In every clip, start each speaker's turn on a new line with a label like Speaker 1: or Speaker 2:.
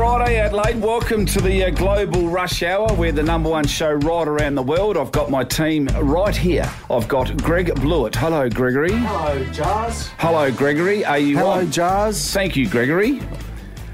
Speaker 1: Adelaide. Welcome to the uh, Global Rush Hour. We're the number one show right around the world. I've got my team right here. I've got Greg Blewett. Hello, Gregory.
Speaker 2: Hello, Jars.
Speaker 1: Hello, Gregory. Are you
Speaker 2: Hello,
Speaker 1: on?
Speaker 2: Jars.
Speaker 1: Thank you, Gregory.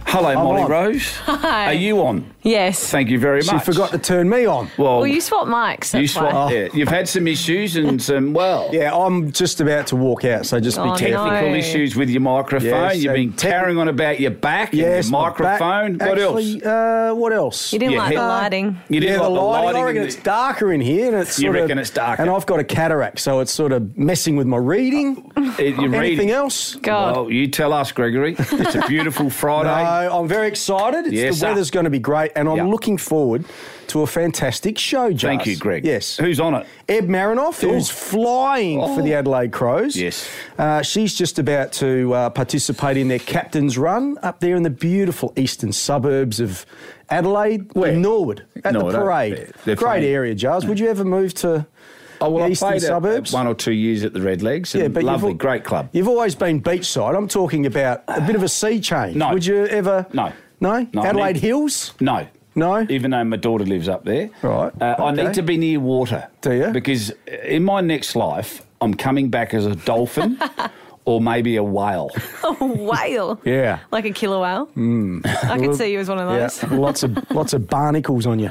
Speaker 1: Hello, Molly
Speaker 2: on.
Speaker 1: Rose.
Speaker 3: Hi.
Speaker 1: Are you on?
Speaker 3: Yes.
Speaker 1: Thank you very
Speaker 2: You
Speaker 1: much.
Speaker 2: forgot to turn me on.
Speaker 1: Well,
Speaker 3: Well, you swap mics. That's
Speaker 1: you
Speaker 3: why.
Speaker 1: swap. Yeah, you've had some issues and some, well,
Speaker 2: Yeah, I'm just about to walk out, so just
Speaker 3: Oh,
Speaker 2: be careful.
Speaker 3: no.
Speaker 1: technical issues with your microphone.
Speaker 2: Yes,
Speaker 1: You've been
Speaker 2: and tech-
Speaker 1: carrying on about your back
Speaker 2: Yes,
Speaker 1: and your microphone.
Speaker 2: my back-
Speaker 1: What else?
Speaker 2: Actually, Uh, what else?
Speaker 3: You didn't
Speaker 1: Yeah,
Speaker 3: like the
Speaker 1: head-
Speaker 3: lighting.
Speaker 1: You
Speaker 2: yeah,
Speaker 1: didn't
Speaker 2: the
Speaker 1: like
Speaker 2: lighting. I reckon
Speaker 1: and
Speaker 2: it's
Speaker 1: the-
Speaker 2: darker in here, and it's
Speaker 1: You
Speaker 2: sort
Speaker 1: reckon
Speaker 2: of,
Speaker 1: it's darker.
Speaker 2: And I've got a cataract, so it's sort of messing with my reading.
Speaker 1: it- you're
Speaker 2: Anything
Speaker 1: reading.
Speaker 2: else?
Speaker 3: God.
Speaker 1: Well, you tell us, Gregory. It's a beautiful Friday.
Speaker 2: No, I'm very excited. It's,
Speaker 1: Yes,
Speaker 2: the
Speaker 1: sir.
Speaker 2: weather's going to be great, and I'm
Speaker 1: Yeah.
Speaker 2: looking forward to a fantastic show, Jars.
Speaker 1: Thank you, Greg.
Speaker 2: Yes.
Speaker 1: Who's on it?
Speaker 2: Eb Marinoff, who's
Speaker 1: Oh.
Speaker 2: flying for the Adelaide Crows.
Speaker 1: Yes.
Speaker 2: Uh, she's just about to uh, participate in their captain's run up there in the beautiful eastern suburbs of Adelaide,
Speaker 1: Where?
Speaker 2: in Norwood, at
Speaker 1: Norwood,
Speaker 2: the
Speaker 1: eh?
Speaker 2: parade.
Speaker 1: They're- they're Oh,
Speaker 2: Great
Speaker 1: flying.
Speaker 2: area, Jars. Would you ever move to the
Speaker 1: I
Speaker 2: eastern
Speaker 1: played a-
Speaker 2: suburbs?
Speaker 1: one or two years at the Red Legs. and
Speaker 2: you've
Speaker 1: lovely,
Speaker 2: al-
Speaker 1: great club.
Speaker 2: You've always been beachside. I'm talking about a bit of a sea change.
Speaker 1: No.
Speaker 2: Would you ever?
Speaker 1: No.
Speaker 2: No?
Speaker 1: No, I
Speaker 2: Adelaide
Speaker 1: need-
Speaker 2: Hills?
Speaker 1: No.
Speaker 2: No?
Speaker 1: Even though my daughter lives up there.
Speaker 2: Right,
Speaker 1: Uh, I
Speaker 2: okay.
Speaker 1: need to be near water.
Speaker 2: Do you?
Speaker 1: Because in my next life, I'm coming back as a dolphin or maybe a whale.
Speaker 3: A Oh, whale.
Speaker 2: Yeah.
Speaker 3: Like a killer whale. Mm. I could see you as one of
Speaker 2: Yeah,
Speaker 3: those.
Speaker 2: lots of lots of barnacles on you.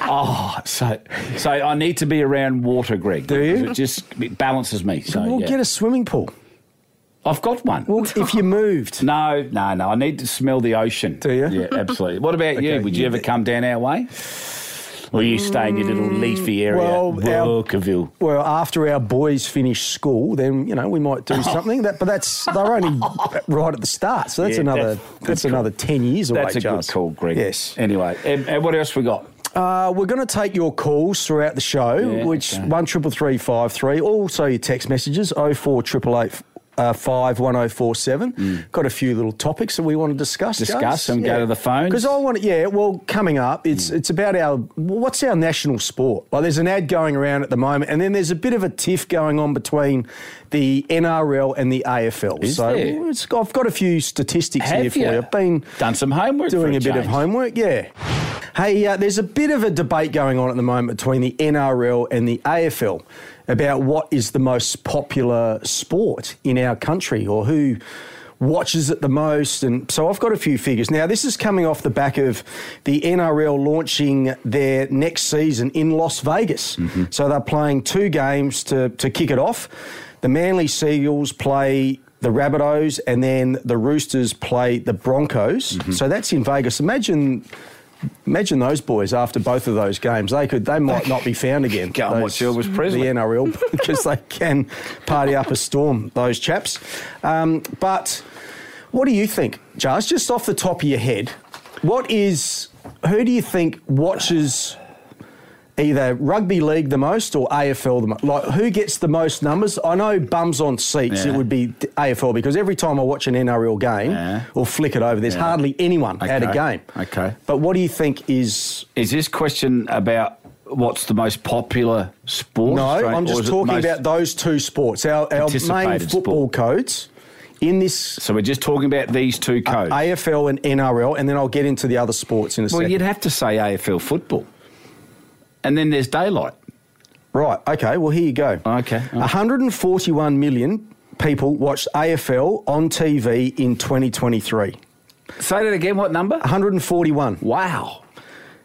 Speaker 1: Oh, so so I need to be around water, Greg. Do
Speaker 2: you?
Speaker 1: It just it balances me. So
Speaker 2: we'll
Speaker 1: yeah.
Speaker 2: get a swimming pool.
Speaker 1: I've got one.
Speaker 2: Well, if you moved.
Speaker 1: no, no, no. I need to smell the ocean.
Speaker 2: Do you?
Speaker 1: Yeah, absolutely. What about you?
Speaker 2: Okay,
Speaker 1: Would you
Speaker 2: yeah.
Speaker 1: ever come down our way? Or you stay in your little leafy area,
Speaker 2: Mm, well, our-
Speaker 1: Walkerville?
Speaker 2: Well, after our boys finish school, then you know we might
Speaker 1: Oh.
Speaker 2: do something. That, but that's they're only right at the start, so that's
Speaker 1: Yeah,
Speaker 2: another
Speaker 1: that's-
Speaker 2: that's, another ten years away.
Speaker 1: That's a
Speaker 2: Jazz.
Speaker 1: good call, Greg.
Speaker 2: Yes,
Speaker 1: Anyway, and, and what else we got?
Speaker 2: uh, we're going to take your calls throughout the show,
Speaker 1: Yeah,
Speaker 2: which
Speaker 1: okay.
Speaker 2: one triple three five three. Also your text messages oh four triple eight. Uh, five one oh four seven. Got a few little topics that we want to discuss.
Speaker 1: Mm. Discuss and go to the phones. Mm.
Speaker 2: because I want to. Yeah, well, coming up, it's it's about our what's our national sport. Like, there's an ad going around at the moment, and then there's a bit of a tiff going on between the NRL and the AFL.
Speaker 1: Is
Speaker 2: so
Speaker 1: there?
Speaker 2: it's, I've got a few statistics here
Speaker 1: Have
Speaker 2: for you.
Speaker 1: you?
Speaker 2: I've been
Speaker 1: Done some homework. for
Speaker 2: doing a, bit of
Speaker 1: change.
Speaker 2: homework. Yeah. Hey, uh, there's a bit of a debate going on at the moment between the NRL and the AFL about what is the most popular sport in our country or who watches it the most. And so I've got a few figures. Now, this is coming off the back of the NRL launching their next season in Las Vegas. So they're playing two games to, to kick it off. The Manly Seagulls play the Rabbitohs, and then the Roosters play the Broncos. So that's in Vegas. Imagine, imagine those boys after both of those games. They could, they might not be found again.
Speaker 1: Go and watch
Speaker 2: Those-
Speaker 1: Elvis Presley.
Speaker 2: The NRL because they can party up a storm. Those chaps. Um, but what do you think, Jars? Just off the top of your head, what is who do you think watches? Either rugby league the most or AFL the most. Like who gets the most numbers? I know bums on seats.
Speaker 1: Yeah.
Speaker 2: It would be t- AFL because every time I watch an NRL game
Speaker 1: Yeah.
Speaker 2: or flick it over, there's
Speaker 1: Yeah.
Speaker 2: hardly anyone at a
Speaker 1: Okay.
Speaker 2: game.
Speaker 1: Okay.
Speaker 2: But what do you think is?
Speaker 1: Is this question about what's the most popular sport?
Speaker 2: No,
Speaker 1: Australia-
Speaker 2: I'm
Speaker 1: or
Speaker 2: just
Speaker 1: is it
Speaker 2: talking
Speaker 1: most-
Speaker 2: about those two sports. Our, our main
Speaker 1: Participated
Speaker 2: football
Speaker 1: sport.
Speaker 2: codes in this
Speaker 1: So we're just talking about these two codes.
Speaker 2: AFL and NRL, and then I'll get into the other sports in a
Speaker 1: well,
Speaker 2: second.
Speaker 1: you'd have to say AFL football, and then there's daylight.
Speaker 2: Right. Okay. Well, here you go.
Speaker 1: Okay, okay.
Speaker 2: 141 million people watched AFL on TV in 2023.
Speaker 1: Say that again. What number?
Speaker 2: 141.
Speaker 1: Wow.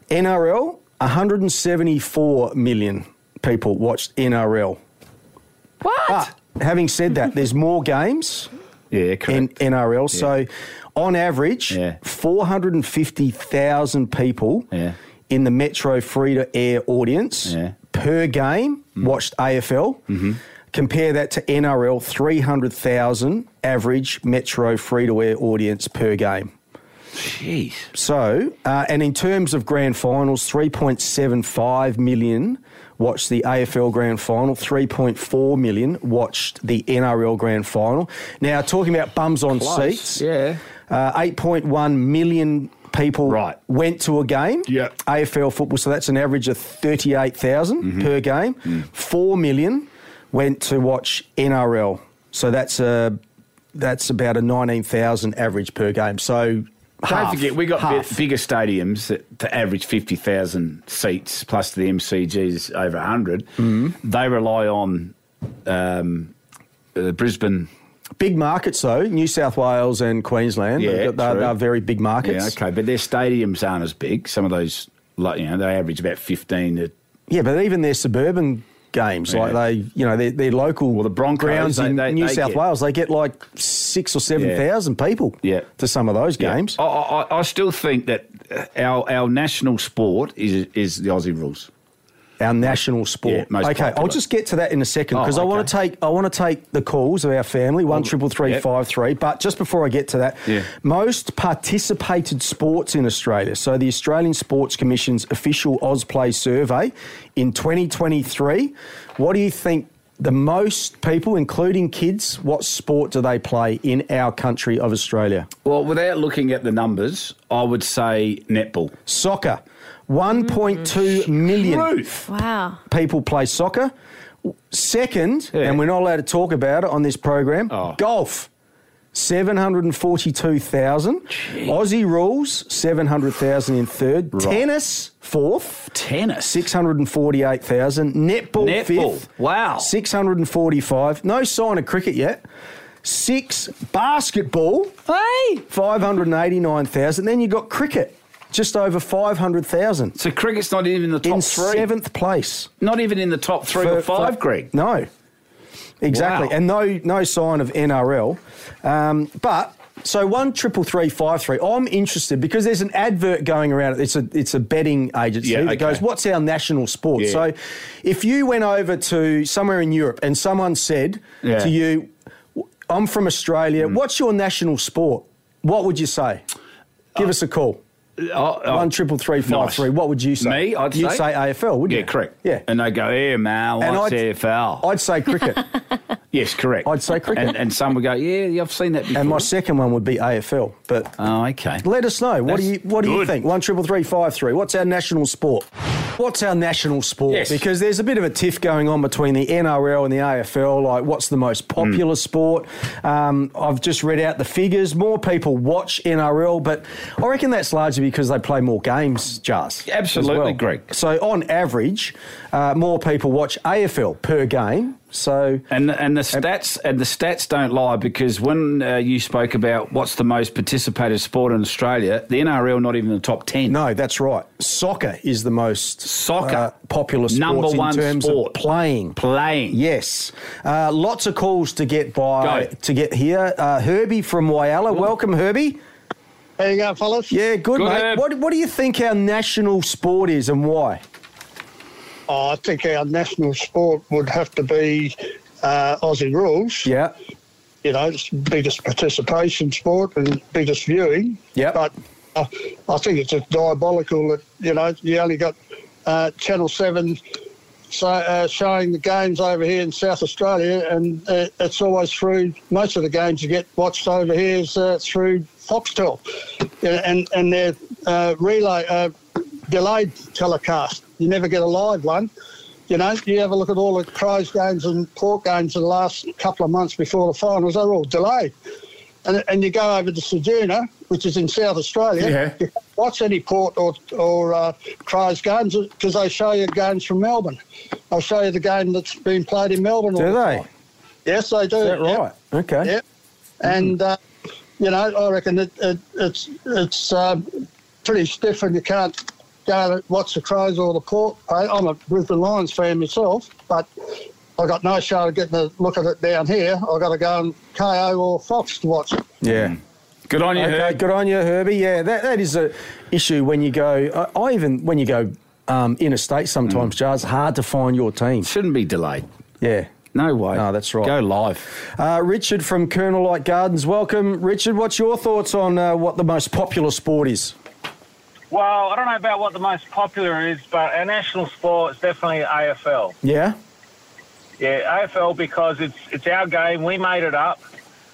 Speaker 2: NRL, 174 million people watched NRL.
Speaker 3: What?
Speaker 2: But having said that, there's more games
Speaker 1: Yeah, correct.
Speaker 2: in NRL. So on average,
Speaker 1: Yeah.
Speaker 2: 450,000 people
Speaker 1: Yeah.
Speaker 2: in the Metro free to air audience
Speaker 1: Yeah. Mm-hmm.
Speaker 2: per game watched AFL. Compare that to NRL, 300,000 average Metro free to air audience per game.
Speaker 1: Jeez.
Speaker 2: So, uh, and in terms of grand finals, 3.75 million watched the AFL grand final, 3.4 million watched the NRL grand final. Now, talking about bums on
Speaker 1: Close,
Speaker 2: seats,
Speaker 1: yeah.
Speaker 2: uh, 8.1 million people
Speaker 1: Right.
Speaker 2: went to a game,
Speaker 1: Yep.
Speaker 2: AFL football, so that's an average of 38,000
Speaker 1: Mm-hmm.
Speaker 2: per game. 4 million went to watch NRL, so that's a that's about a 19,000 average per game. So half,
Speaker 1: Don't forget, we got
Speaker 2: half.
Speaker 1: bi- bigger stadiums that, to average 50,000 seats, plus the MCG's over 100.
Speaker 2: Mm-hmm.
Speaker 1: They rely on um, uh, Brisbane.
Speaker 2: Big markets though, New South Wales and Queensland.
Speaker 1: Yeah,
Speaker 2: they're, they're,
Speaker 1: true.
Speaker 2: they're very big
Speaker 1: Yeah,
Speaker 2: markets.
Speaker 1: okay, but their stadiums aren't as big. Some of those, like, you know, they average about 15 to
Speaker 2: Yeah, but even their suburban games, like
Speaker 1: Yeah.
Speaker 2: they, you know, their, their local
Speaker 1: Well, the Broncos,
Speaker 2: grounds
Speaker 1: they-
Speaker 2: in
Speaker 1: they-
Speaker 2: New
Speaker 1: they
Speaker 2: South
Speaker 1: get-
Speaker 2: Wales, they get like six or seven thousand people
Speaker 1: Yeah.
Speaker 2: to some of those games.
Speaker 1: Yeah. I, I, I still think that uh, our our national sport is is the Aussie rules.
Speaker 2: Our national sport.
Speaker 1: Yeah, most
Speaker 2: okay, I'll
Speaker 1: popular.
Speaker 2: just get to that in a second
Speaker 1: Oh,
Speaker 2: because I want
Speaker 1: okay. Oh,
Speaker 2: to take I want to take the calls of our family one triple three
Speaker 1: yeah.
Speaker 2: five three. But just before I get to that,
Speaker 1: Yeah.
Speaker 2: most participated sports in Australia. So the Australian Sports Commission's official OzPlay survey in 2023. What do you think? The most people, including kids, what sport do they play in our country of Australia?
Speaker 1: Well, without looking at the numbers, I would say netball.
Speaker 2: Soccer. 1.2 million.
Speaker 1: Ruth.
Speaker 3: Wow.
Speaker 2: people play soccer. Second,
Speaker 1: Yeah.
Speaker 2: and we're not allowed to talk about it on this program,
Speaker 1: Oh.
Speaker 2: golf. 742,000. Aussie rules, 700,000 in third. Tennis, fourth.
Speaker 1: Tennis.
Speaker 2: 648,000. Netball,
Speaker 1: Netball.
Speaker 2: fifth.
Speaker 1: Wow.
Speaker 2: 645. No sign of cricket yet. Six, basketball,
Speaker 3: Hey.
Speaker 2: 589,000. Then you've got cricket, just over 500,000.
Speaker 1: So cricket's not even in the top
Speaker 2: In
Speaker 1: three.
Speaker 2: seventh place
Speaker 1: not even in the top three or
Speaker 2: for-
Speaker 1: five,
Speaker 2: for-
Speaker 1: Greg.
Speaker 2: No, exactly,
Speaker 1: Wow.
Speaker 2: and no no sign of NRL. Um, but so one triple three five three. I'm interested because there's an advert going around. It's a it's a betting agency
Speaker 1: Yeah,
Speaker 2: that
Speaker 1: okay.
Speaker 2: goes, "What's our national sport?"
Speaker 1: Yeah.
Speaker 2: So if you went over to somewhere in Europe and someone said
Speaker 1: Yeah. Mm.
Speaker 2: to you, "I'm from Australia. What's your national sport?" What would you say? Give
Speaker 1: Uh,
Speaker 2: us a call.
Speaker 1: Oh, oh,
Speaker 2: One triple three five three.
Speaker 1: nice.
Speaker 2: What would you say?
Speaker 1: Me, I'd
Speaker 2: You'd
Speaker 1: say?
Speaker 2: say AFL, wouldn't
Speaker 1: yeah,
Speaker 2: you?
Speaker 1: correct.
Speaker 2: Yeah,
Speaker 1: and they go, "Yeah, man, I want
Speaker 2: I'd-
Speaker 1: CFL."
Speaker 2: I'd say cricket.
Speaker 1: yes, correct.
Speaker 2: I'd say cricket.
Speaker 1: And, and some would go, "Yeah, yeah, I've seen that before."
Speaker 2: And my second one would be AFL. But
Speaker 1: oh, okay.
Speaker 2: let us know. What do you
Speaker 1: That's
Speaker 2: What do you
Speaker 1: good.
Speaker 2: think? One triple three five three. What's our national sport? What's our national sport?
Speaker 1: Yes.
Speaker 2: Because there's a bit of a tiff going on between the NRL and the AFL. Like, what's the most
Speaker 1: Hmm.
Speaker 2: popular sport? Um, I've just read out the figures. More people watch NRL, but I reckon that's largely because they play more games, Jars. as
Speaker 1: Absolutely,
Speaker 2: well.
Speaker 1: Greg.
Speaker 2: So on average, uh, more people watch AFL per game. So
Speaker 1: And the, and the stats and the stats don't lie because when uh, you spoke about what's the most participated sport in Australia, the NRL not even in the top ten.
Speaker 2: No, that's right. Soccer is the most uh,
Speaker 1: Soccer.
Speaker 2: popular sport
Speaker 1: Number
Speaker 2: in
Speaker 1: one
Speaker 2: terms
Speaker 1: sport.
Speaker 2: of playing.
Speaker 1: playing.
Speaker 2: Yes, uh, lots of calls to get by
Speaker 1: Go.
Speaker 2: to get here. Uh, Herbie from Wyala, welcome Herbie.
Speaker 4: How you going, fellas?
Speaker 2: Yeah, good,
Speaker 1: Good,
Speaker 2: mate.
Speaker 1: Herb.
Speaker 2: What, what do you think our national sport is and why?
Speaker 4: Oh, I think our national sport would have to be uh, Aussie rules.
Speaker 2: Yeah,
Speaker 4: You know, it's the biggest participation sport and biggest viewing.
Speaker 2: Yep.
Speaker 4: But uh, I think it's just diabolical that, you know, you only got uh, Channel 7 so, uh, showing the games over here in South Australia, and uh, it's always through most of the games you get watched over here is uh, through Foxtel, Yeah, and and their uh, relay uh, delayed telecast. You never get a live one. You know, you have a look at all the prize games and court games in the last couple of months before the finals. They're all delayed, and and you go over to Seduna, which is in South Australia.
Speaker 1: Yeah.
Speaker 4: You can't watch any port or or uh, prize games because they show you games from Melbourne. I'll show you the game that's been played in Melbourne. all
Speaker 2: do
Speaker 4: the
Speaker 2: they?
Speaker 4: time. Yes, they do.
Speaker 2: Is that
Speaker 4: Yep.
Speaker 2: right? Okay.
Speaker 4: Yep. And uh, you know, I reckon it, it, it's it's um, pretty stiff, and you can't go to watch the Crows or the Port. I, I'm a Brisbane Lions fan myself, but I got no shot of getting a look at it down here. I got to go and KO or Fox to watch it.
Speaker 2: Yeah.
Speaker 1: Good on you,
Speaker 2: Um, Okay,
Speaker 1: Herb.
Speaker 2: good on you, Herbie. Yeah, that, that is a issue when you go. I, I even when you go um, interstate sometimes, Jars, hard to find your team.
Speaker 1: Mm. Shouldn't be delayed.
Speaker 2: Yeah.
Speaker 1: No way.
Speaker 2: No, that's right.
Speaker 1: Go live.
Speaker 2: Uh, Richard from Colonel Light Gardens, welcome. Richard, what's your thoughts on uh, what the most popular sport is?
Speaker 5: Well, I don't know about what the most popular is, but our national sport is definitely AFL.
Speaker 2: Yeah,
Speaker 5: Yeah, AFL because it's it's our game. We made it up.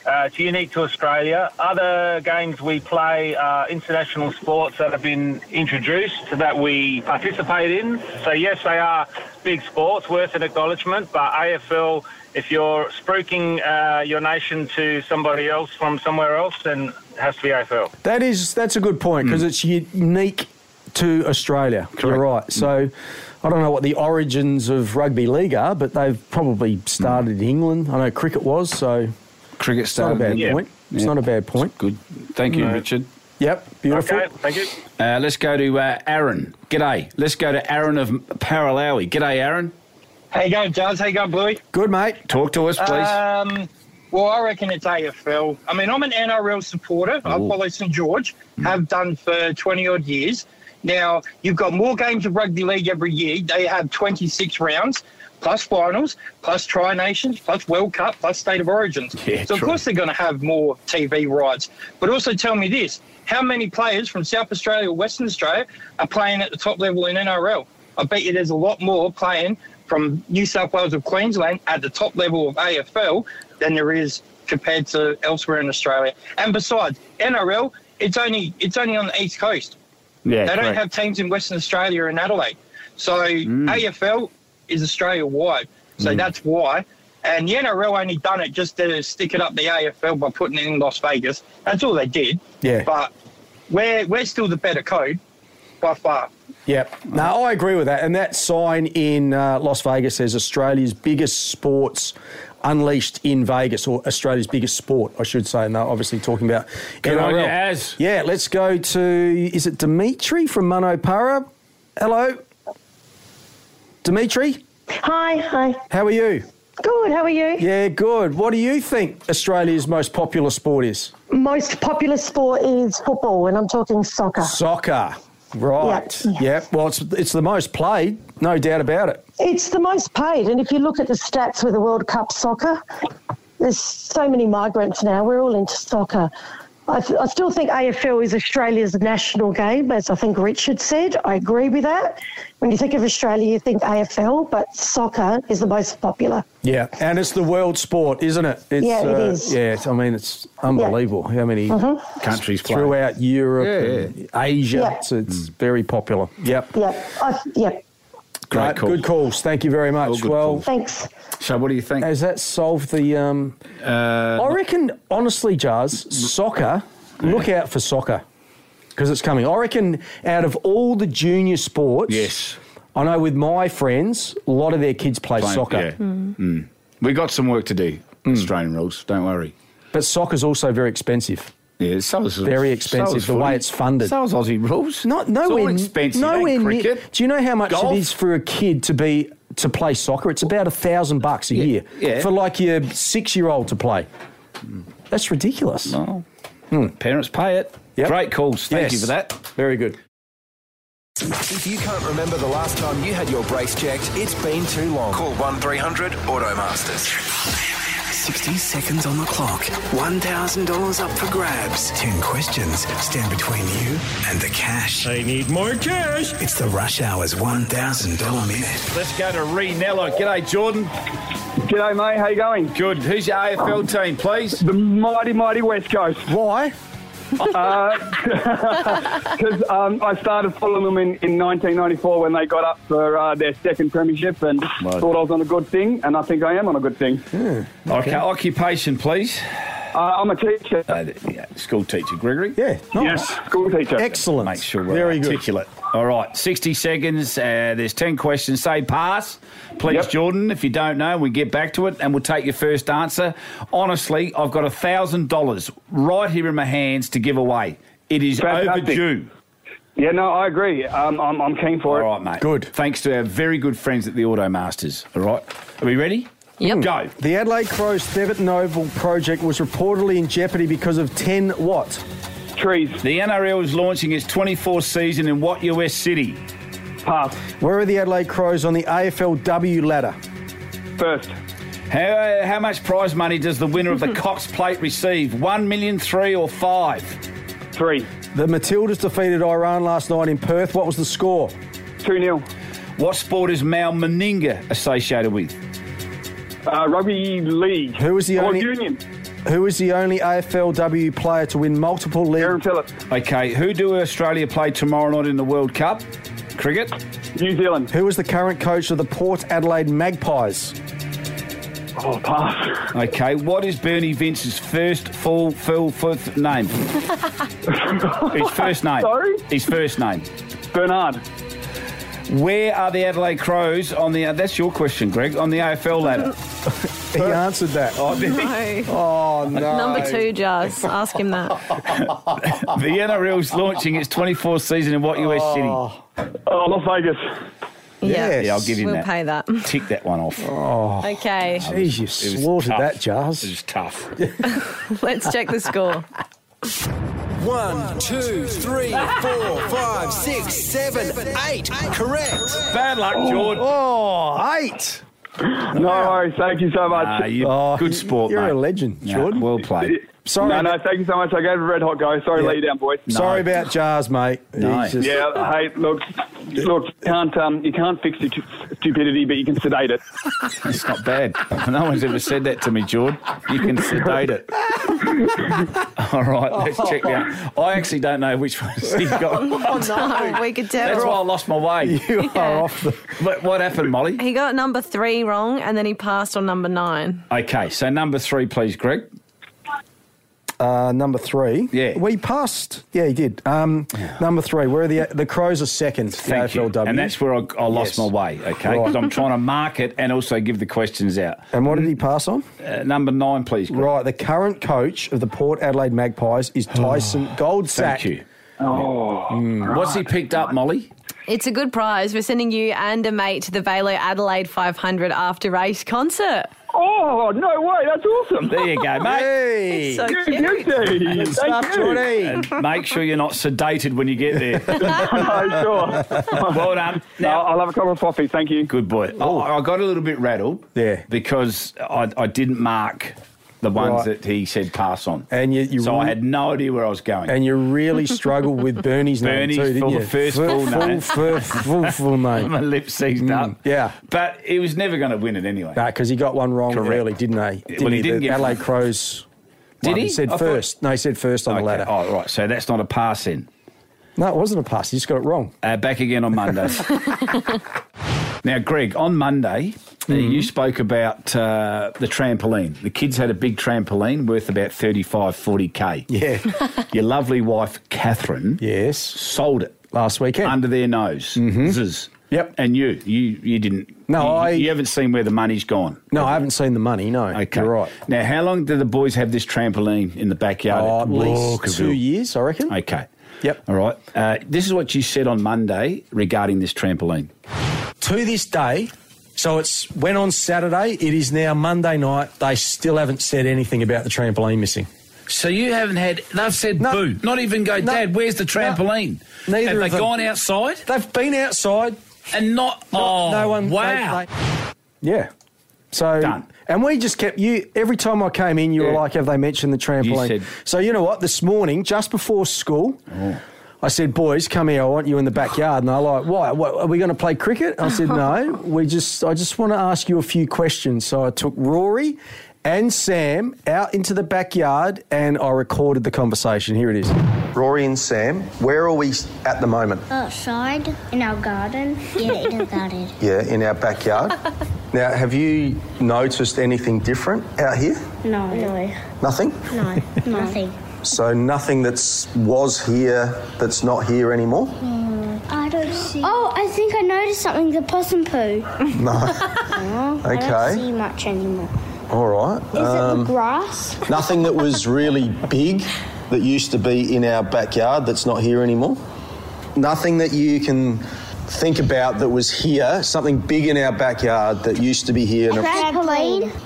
Speaker 5: Uh, it's unique to Australia. Other games we play are international sports that have been introduced that we participate in. So, yes, they are big sports worth an acknowledgement, but AFL, if you're spruiking uh, your nation to somebody else from somewhere else, then it has to be AFL.
Speaker 2: That is that's a good point
Speaker 1: Mm.
Speaker 2: because it's unique to Australia. You're right. So I don't know what the origins of rugby league are, but they've probably started in England. I know cricket was, so
Speaker 1: Mm. Cricket
Speaker 2: it's not a
Speaker 1: started.
Speaker 2: bad
Speaker 1: yeah.
Speaker 2: point. It's
Speaker 1: Yeah.
Speaker 2: not a bad point.
Speaker 1: Good. Thank you, Richard.
Speaker 2: Yep, beautiful.
Speaker 5: Okay, thank you.
Speaker 1: Uh, let's go to uh, Aaron. G'day. Let's go to Aaron of Paralawi. G'day, Aaron.
Speaker 6: How you going, Jazz? How you going, Bluey?
Speaker 2: Good mate.
Speaker 1: Talk to us, please.
Speaker 6: Um, well, I reckon it's AFL. I mean, I'm an NRL supporter. I
Speaker 1: Ooh. Hmm.
Speaker 6: follow St George, have done for 20 odd years. Now, you've got more games of rugby league every year. They have 26 rounds, plus finals, plus Tri Nations, plus World Cup, plus State of Origins.
Speaker 1: Yeah,
Speaker 6: so, of
Speaker 1: true.
Speaker 6: course, they're going to have more TV rights. But also tell me this how many players from South Australia or Western Australia are playing at the top level in NRL? I bet you there's a lot more playing from New South Wales or Queensland at the top level of AFL than there is compared to elsewhere in Australia. And besides, NRL, it's only it's only on the East Coast.
Speaker 1: yeah,
Speaker 6: They don't
Speaker 1: correct. Mm.
Speaker 6: have teams in Western Australia and Adelaide. So AFL is Australia wide. So that's why. And the NRL only done it just to stick it up the AFL by putting it in Las Vegas. That's all they did.
Speaker 2: Yeah.
Speaker 6: But we're we're still the better code by far.
Speaker 2: Yep. No, I agree with that. And that sign in uh, Las Vegas says Australia's biggest sports unleashed in Vegas, or Australia's biggest sport, I should say. And they're obviously talking about
Speaker 1: Good on
Speaker 2: NRL.
Speaker 1: you, Az.
Speaker 2: Yeah, let's go to, is it Dimitri from Manopara? Hello. Dimitri,
Speaker 7: Hi, hi.
Speaker 2: how are you?
Speaker 7: Good, how are you?
Speaker 2: Yeah, good. What do you think Australia's most popular sport is?
Speaker 7: Most popular sport is football, and I'm talking soccer.
Speaker 2: Soccer. Right.
Speaker 7: Yeah.
Speaker 2: Yep. Well, it's, it's the most played, no doubt about it.
Speaker 7: It's the most paid, and if you look at the stats with the World Cup soccer, there's so many migrants now. We're all into soccer. I, th- I still think AFL is Australia's national game, as I think Richard said. I agree with that. When you think of Australia, you think AFL, but soccer is the most popular.
Speaker 2: Yeah, and it's the world sport, isn't it? It's, uh,
Speaker 7: Yeah, it is. Mm-hmm.
Speaker 2: Yeah, it's- I mean, it's unbelievable how many
Speaker 1: Countries play. Mm.
Speaker 2: throughout Europe, and Asia.
Speaker 7: Yeah.
Speaker 2: It's, it's very popular. Yep.
Speaker 7: Yep. I, yep.
Speaker 1: Great
Speaker 2: Right,
Speaker 1: call.
Speaker 2: Good calls. Thank you very
Speaker 1: All
Speaker 2: much.
Speaker 1: good
Speaker 2: Well,
Speaker 1: calls.
Speaker 7: Thanks.
Speaker 1: So, what do you think? Uh,
Speaker 2: has that solved the? Um, I reckon, honestly, Jars, soccer. Look out for soccer because it's coming. I reckon out of all the junior sports,
Speaker 1: Yes.
Speaker 2: I know with my friends, a lot of their kids play
Speaker 1: Playing-
Speaker 2: soccer, Hmm.
Speaker 1: Yeah. Mm. We got some work to do. Australian rules. Don't worry.
Speaker 2: but soccer's also very expensive.
Speaker 1: Yeah, so is,
Speaker 2: Very expensive,
Speaker 1: so is
Speaker 2: the way
Speaker 1: footy.
Speaker 2: it's funded.
Speaker 1: So is Aussie rules.
Speaker 2: Not
Speaker 1: it's
Speaker 2: nowhere
Speaker 1: all expensive.
Speaker 2: Nowhere
Speaker 1: ain't
Speaker 2: near.
Speaker 1: cricket.
Speaker 2: Do you know how much
Speaker 1: Golf?
Speaker 2: it is for a kid to be to play soccer? It's about a thousand bucks a year
Speaker 1: yeah. Hmm.
Speaker 2: for like your six year old to play. That's ridiculous.
Speaker 1: No. Hmm. Parents pay it.
Speaker 2: Yep.
Speaker 1: Great calls. Thank you
Speaker 2: Yes.
Speaker 1: for that.
Speaker 2: Very good.
Speaker 8: If you can't remember the last time you had your brakes checked, it's been too long. Call 1300 Automasters.
Speaker 9: 60 seconds on the clock. $1,000 up for grabs. 10 questions stand between you and the cash.
Speaker 10: I need more cash.
Speaker 9: It's the Rush Hours $1,000 minute.
Speaker 1: Let's go to Renello. G'day, Jordan.
Speaker 11: G'day, mate. How you going?
Speaker 1: Good. Who's your AFL team, please?
Speaker 11: The mighty, mighty West Coast. Uh,
Speaker 2: Why?
Speaker 11: Because um, I started following them in, in 1994 when they got up for uh, their second premiership and
Speaker 1: Right.
Speaker 11: thought I was on a good thing, and I think I am on a good thing.
Speaker 1: Hmm, Okay. Occupation, please.
Speaker 11: Uh, I'm a teacher.
Speaker 1: Uh, th- yeah, school teacher, Gregory.
Speaker 2: Yeah. Nice.
Speaker 11: School teacher.
Speaker 2: Excellent.
Speaker 1: Make sure we're
Speaker 2: Very good.
Speaker 1: articulate. All right, 60 seconds. Uh, there's 10 questions. Say pass. Please,
Speaker 11: Yep.
Speaker 1: Jordan, if you don't know, we get back to it and we'll take your first answer. Honestly, I've got $1,000 right here in my hands to give away. It is
Speaker 11: Fantastic.
Speaker 1: overdue.
Speaker 11: Yeah, no, I agree. Um, I'm, I'm keen for
Speaker 1: All
Speaker 11: it.
Speaker 1: right, mate.
Speaker 2: Good.
Speaker 1: Thanks to our very good friends at the Auto Masters. All right. Are we ready?
Speaker 3: Yep.
Speaker 1: Go.
Speaker 2: The Adelaide Crows Thevet Noble project was reportedly in jeopardy because of 10 what?
Speaker 11: Trees,
Speaker 1: The NRL is launching its 24th season in what US city?
Speaker 11: pass.
Speaker 2: Where are the Adelaide Crows on the AFLW ladder?
Speaker 11: First,
Speaker 1: How, uh, how much prize money does the winner of the Cox Plate receive? One million, three, or five?
Speaker 11: three.
Speaker 2: The Matildas defeated Iran last night in Perth. What was the score?
Speaker 11: 2 0.
Speaker 1: What sport is Mal Meninga associated with?
Speaker 11: Uh, rugby league. Oh,
Speaker 2: Who was the
Speaker 11: Or
Speaker 2: only-
Speaker 11: union?
Speaker 2: Who was the only AFLW player to win multiple
Speaker 11: Aaron
Speaker 2: leagues?
Speaker 11: Phillips.
Speaker 1: Okay, who do Australia play tomorrow night in the World Cup? Cricket?
Speaker 11: New Zealand.
Speaker 2: Who was the current coach of the Port Adelaide Magpies?
Speaker 11: Oh, pass.
Speaker 1: Okay, what is Bernie Vince's first full, full, full th- name? His first name.
Speaker 11: Sorry?
Speaker 1: His first name.
Speaker 11: Bernard.
Speaker 1: Where are the Adelaide Crows on the? that's your question, Greg. On the AFL ladder.
Speaker 2: He answered that.
Speaker 1: Oh, the,
Speaker 3: No.
Speaker 2: Oh no.
Speaker 3: Number two, Jazz. Ask him that.
Speaker 1: the NRL's launching its 24th season in what US city?
Speaker 11: Oh, Las Vegas.
Speaker 3: Yeah.
Speaker 1: Yeah, I'll give you
Speaker 3: We'll
Speaker 1: that. Oh,
Speaker 3: pay that.
Speaker 1: Tick that one off.
Speaker 3: Okay,
Speaker 2: Oh. Jeez, you
Speaker 1: It was
Speaker 2: slaughtered
Speaker 1: tough.
Speaker 2: that,
Speaker 1: It
Speaker 2: Jars.
Speaker 1: was tough.
Speaker 3: let's check the score.
Speaker 8: One, two, three, four, five, six, seven, eight. Correct.
Speaker 1: Bad luck, George.
Speaker 2: Oh, eight.
Speaker 11: No worries. Thank you so much.
Speaker 1: Ah, you,
Speaker 2: Oh,
Speaker 1: good sport,
Speaker 2: You're
Speaker 1: mate.
Speaker 2: a legend,
Speaker 1: Yeah,
Speaker 2: Jordan.
Speaker 1: Well played.
Speaker 2: Sorry,
Speaker 11: no, no, thank you so much. I gave it a red hot go. Sorry to
Speaker 2: Yeah.
Speaker 11: let you down, boys.
Speaker 2: sorry about Jars, mate.
Speaker 1: No.
Speaker 2: He's just-
Speaker 11: Yeah, hey, look, look, you can't um, you can't fix stu- stupidity, but you can sedate it.
Speaker 1: It's not bad. No one's ever said that to me, Jordan. You can sedate it. All right, let's check out. I actually don't know which ones he got.
Speaker 3: Oh, we could tell.
Speaker 1: That's why I lost my way.
Speaker 2: You are off the.
Speaker 1: But what happened, Molly?
Speaker 3: He got number three wrong, and then he passed on number nine.
Speaker 1: Okay, so number three, please, Greg.
Speaker 2: Uh, number three.
Speaker 1: Yeah.
Speaker 2: We passed. Yeah, he did. Um, Number three. Where are the the Crows are second.
Speaker 1: Thank you.
Speaker 2: AFLW.
Speaker 1: And that's where I, I
Speaker 2: Yes.
Speaker 1: lost my way, okay?
Speaker 2: Right.
Speaker 1: 'Cause I'm trying to mark it and also give the questions out.
Speaker 2: And what did he pass on?
Speaker 1: Uh, number nine, please, Greg. Oh,
Speaker 2: Right. The current coach of the Port Adelaide Magpies is Tyson Goldsack.
Speaker 1: Thank you.
Speaker 11: Oh,
Speaker 1: Mm. What's he picked up, Molly?
Speaker 3: It's a good prize. We're sending you and a mate to the Velo Adelaide 500 after race concert.
Speaker 11: oh, no way, that's awesome.
Speaker 1: There you go, mate.
Speaker 2: Hey.
Speaker 3: So
Speaker 11: Good
Speaker 3: cute.
Speaker 11: news, Dave.
Speaker 2: Up,
Speaker 11: Thank you.
Speaker 2: Jordy.
Speaker 1: And make sure you're not sedated when you get there.
Speaker 11: No, sure.
Speaker 1: Well done.
Speaker 11: No,
Speaker 1: Now,
Speaker 11: I'll have a cup of coffee. Thank you.
Speaker 1: Good boy. I, I got a little bit rattled.
Speaker 2: Oh. Yeah.
Speaker 1: Because I, I didn't mark the ones
Speaker 2: Right.
Speaker 1: that he said pass on.
Speaker 2: And you- you
Speaker 1: so I
Speaker 2: re-
Speaker 1: had no idea where I was going.
Speaker 2: And you really struggled with Bernie's
Speaker 1: Bernie's
Speaker 2: name too, didn't
Speaker 1: full-
Speaker 2: you?
Speaker 1: first
Speaker 2: full,
Speaker 1: full
Speaker 2: full,
Speaker 1: name.
Speaker 2: full, full, full name.
Speaker 1: My lips seized up.
Speaker 2: yeah.
Speaker 1: But he was never going to win it anyway.
Speaker 2: Because he got one wrong
Speaker 1: Correct.
Speaker 2: early, didn't he? Didn't
Speaker 1: he didn't
Speaker 2: The
Speaker 1: get-
Speaker 2: Adelaide Crows.
Speaker 1: Did
Speaker 2: one.
Speaker 1: he?
Speaker 2: said
Speaker 1: I thought-
Speaker 2: first. No, he said first on
Speaker 1: Okay.
Speaker 2: the ladder.
Speaker 1: Oh, right. So that's not a pass in.
Speaker 2: No, it wasn't a pass. He just got it wrong.
Speaker 1: Uh, back again on Monday. now, Greg, on Monday, uh,
Speaker 2: Mm-hmm.
Speaker 1: you spoke about uh, the trampoline. The kids had a big trampoline worth about 35, 40K.
Speaker 2: Yeah.
Speaker 1: Your lovely wife, Catherine,
Speaker 2: yes.
Speaker 1: sold it.
Speaker 2: Last weekend. Mm-hmm.
Speaker 1: under their nose. Zzz.
Speaker 2: Yep.
Speaker 1: And you, you, you didn't.
Speaker 2: No,
Speaker 1: you,
Speaker 2: I-
Speaker 1: You haven't seen where the money's gone.
Speaker 2: no, I haven't seen the money. No.
Speaker 1: Okay.
Speaker 2: You're right.
Speaker 1: Now, how long do the boys have this trampoline in the backyard?
Speaker 2: Oh, at least
Speaker 1: Walkerville?
Speaker 2: two years, I reckon.
Speaker 1: Okay.
Speaker 2: Yep.
Speaker 1: All right. Uh, this is what you said on Monday regarding this trampoline.
Speaker 2: to this day, so it's went on Saturday, it is now Monday night, they still haven't said anything about the trampoline missing.
Speaker 10: So you haven't had. They've said
Speaker 2: No.
Speaker 10: boo. Not even go,
Speaker 2: No.
Speaker 10: Dad. Where's the trampoline?
Speaker 2: Neither
Speaker 10: Have
Speaker 2: of
Speaker 10: they
Speaker 2: them.
Speaker 10: gone outside
Speaker 2: They've been outside,
Speaker 10: and not? oh,
Speaker 2: no one. they-
Speaker 10: Wow.
Speaker 2: they- yeah. So
Speaker 1: Done.
Speaker 2: and we just kept you every time I came in, you were
Speaker 1: Yeah.
Speaker 2: like, "Have they mentioned the trampoline?"
Speaker 1: said-
Speaker 2: so you know what? This morning, just before school,
Speaker 1: Oh.
Speaker 2: I said, "Boys, come here. I want you in the backyard." And they're like, "Why? What, are we going to play cricket?" I said, "No. We just. I just want to ask you a few questions." So I took Rory. And Sam out into the backyard, and I recorded the conversation. Here it is. Rory and Sam, where are we at the moment?
Speaker 12: Outside in our garden? Yeah, in our garden.
Speaker 2: Yeah, in our backyard. now, have you noticed anything different out here?
Speaker 12: No. No.
Speaker 2: Nothing?
Speaker 12: No. Nothing.
Speaker 2: So nothing that's was here that's not here anymore?
Speaker 12: I don't see. Mm. Oh, I think I noticed something the possum poo. No. I
Speaker 2: Okay. Um,
Speaker 12: don't see much anymore.
Speaker 2: All right.
Speaker 12: Is it the grass?
Speaker 2: nothing that was really big that used to be in our backyard that's not here anymore? Nothing that you can think about that was here, something big in our backyard that used to be here. and-
Speaker 12: Trampoline?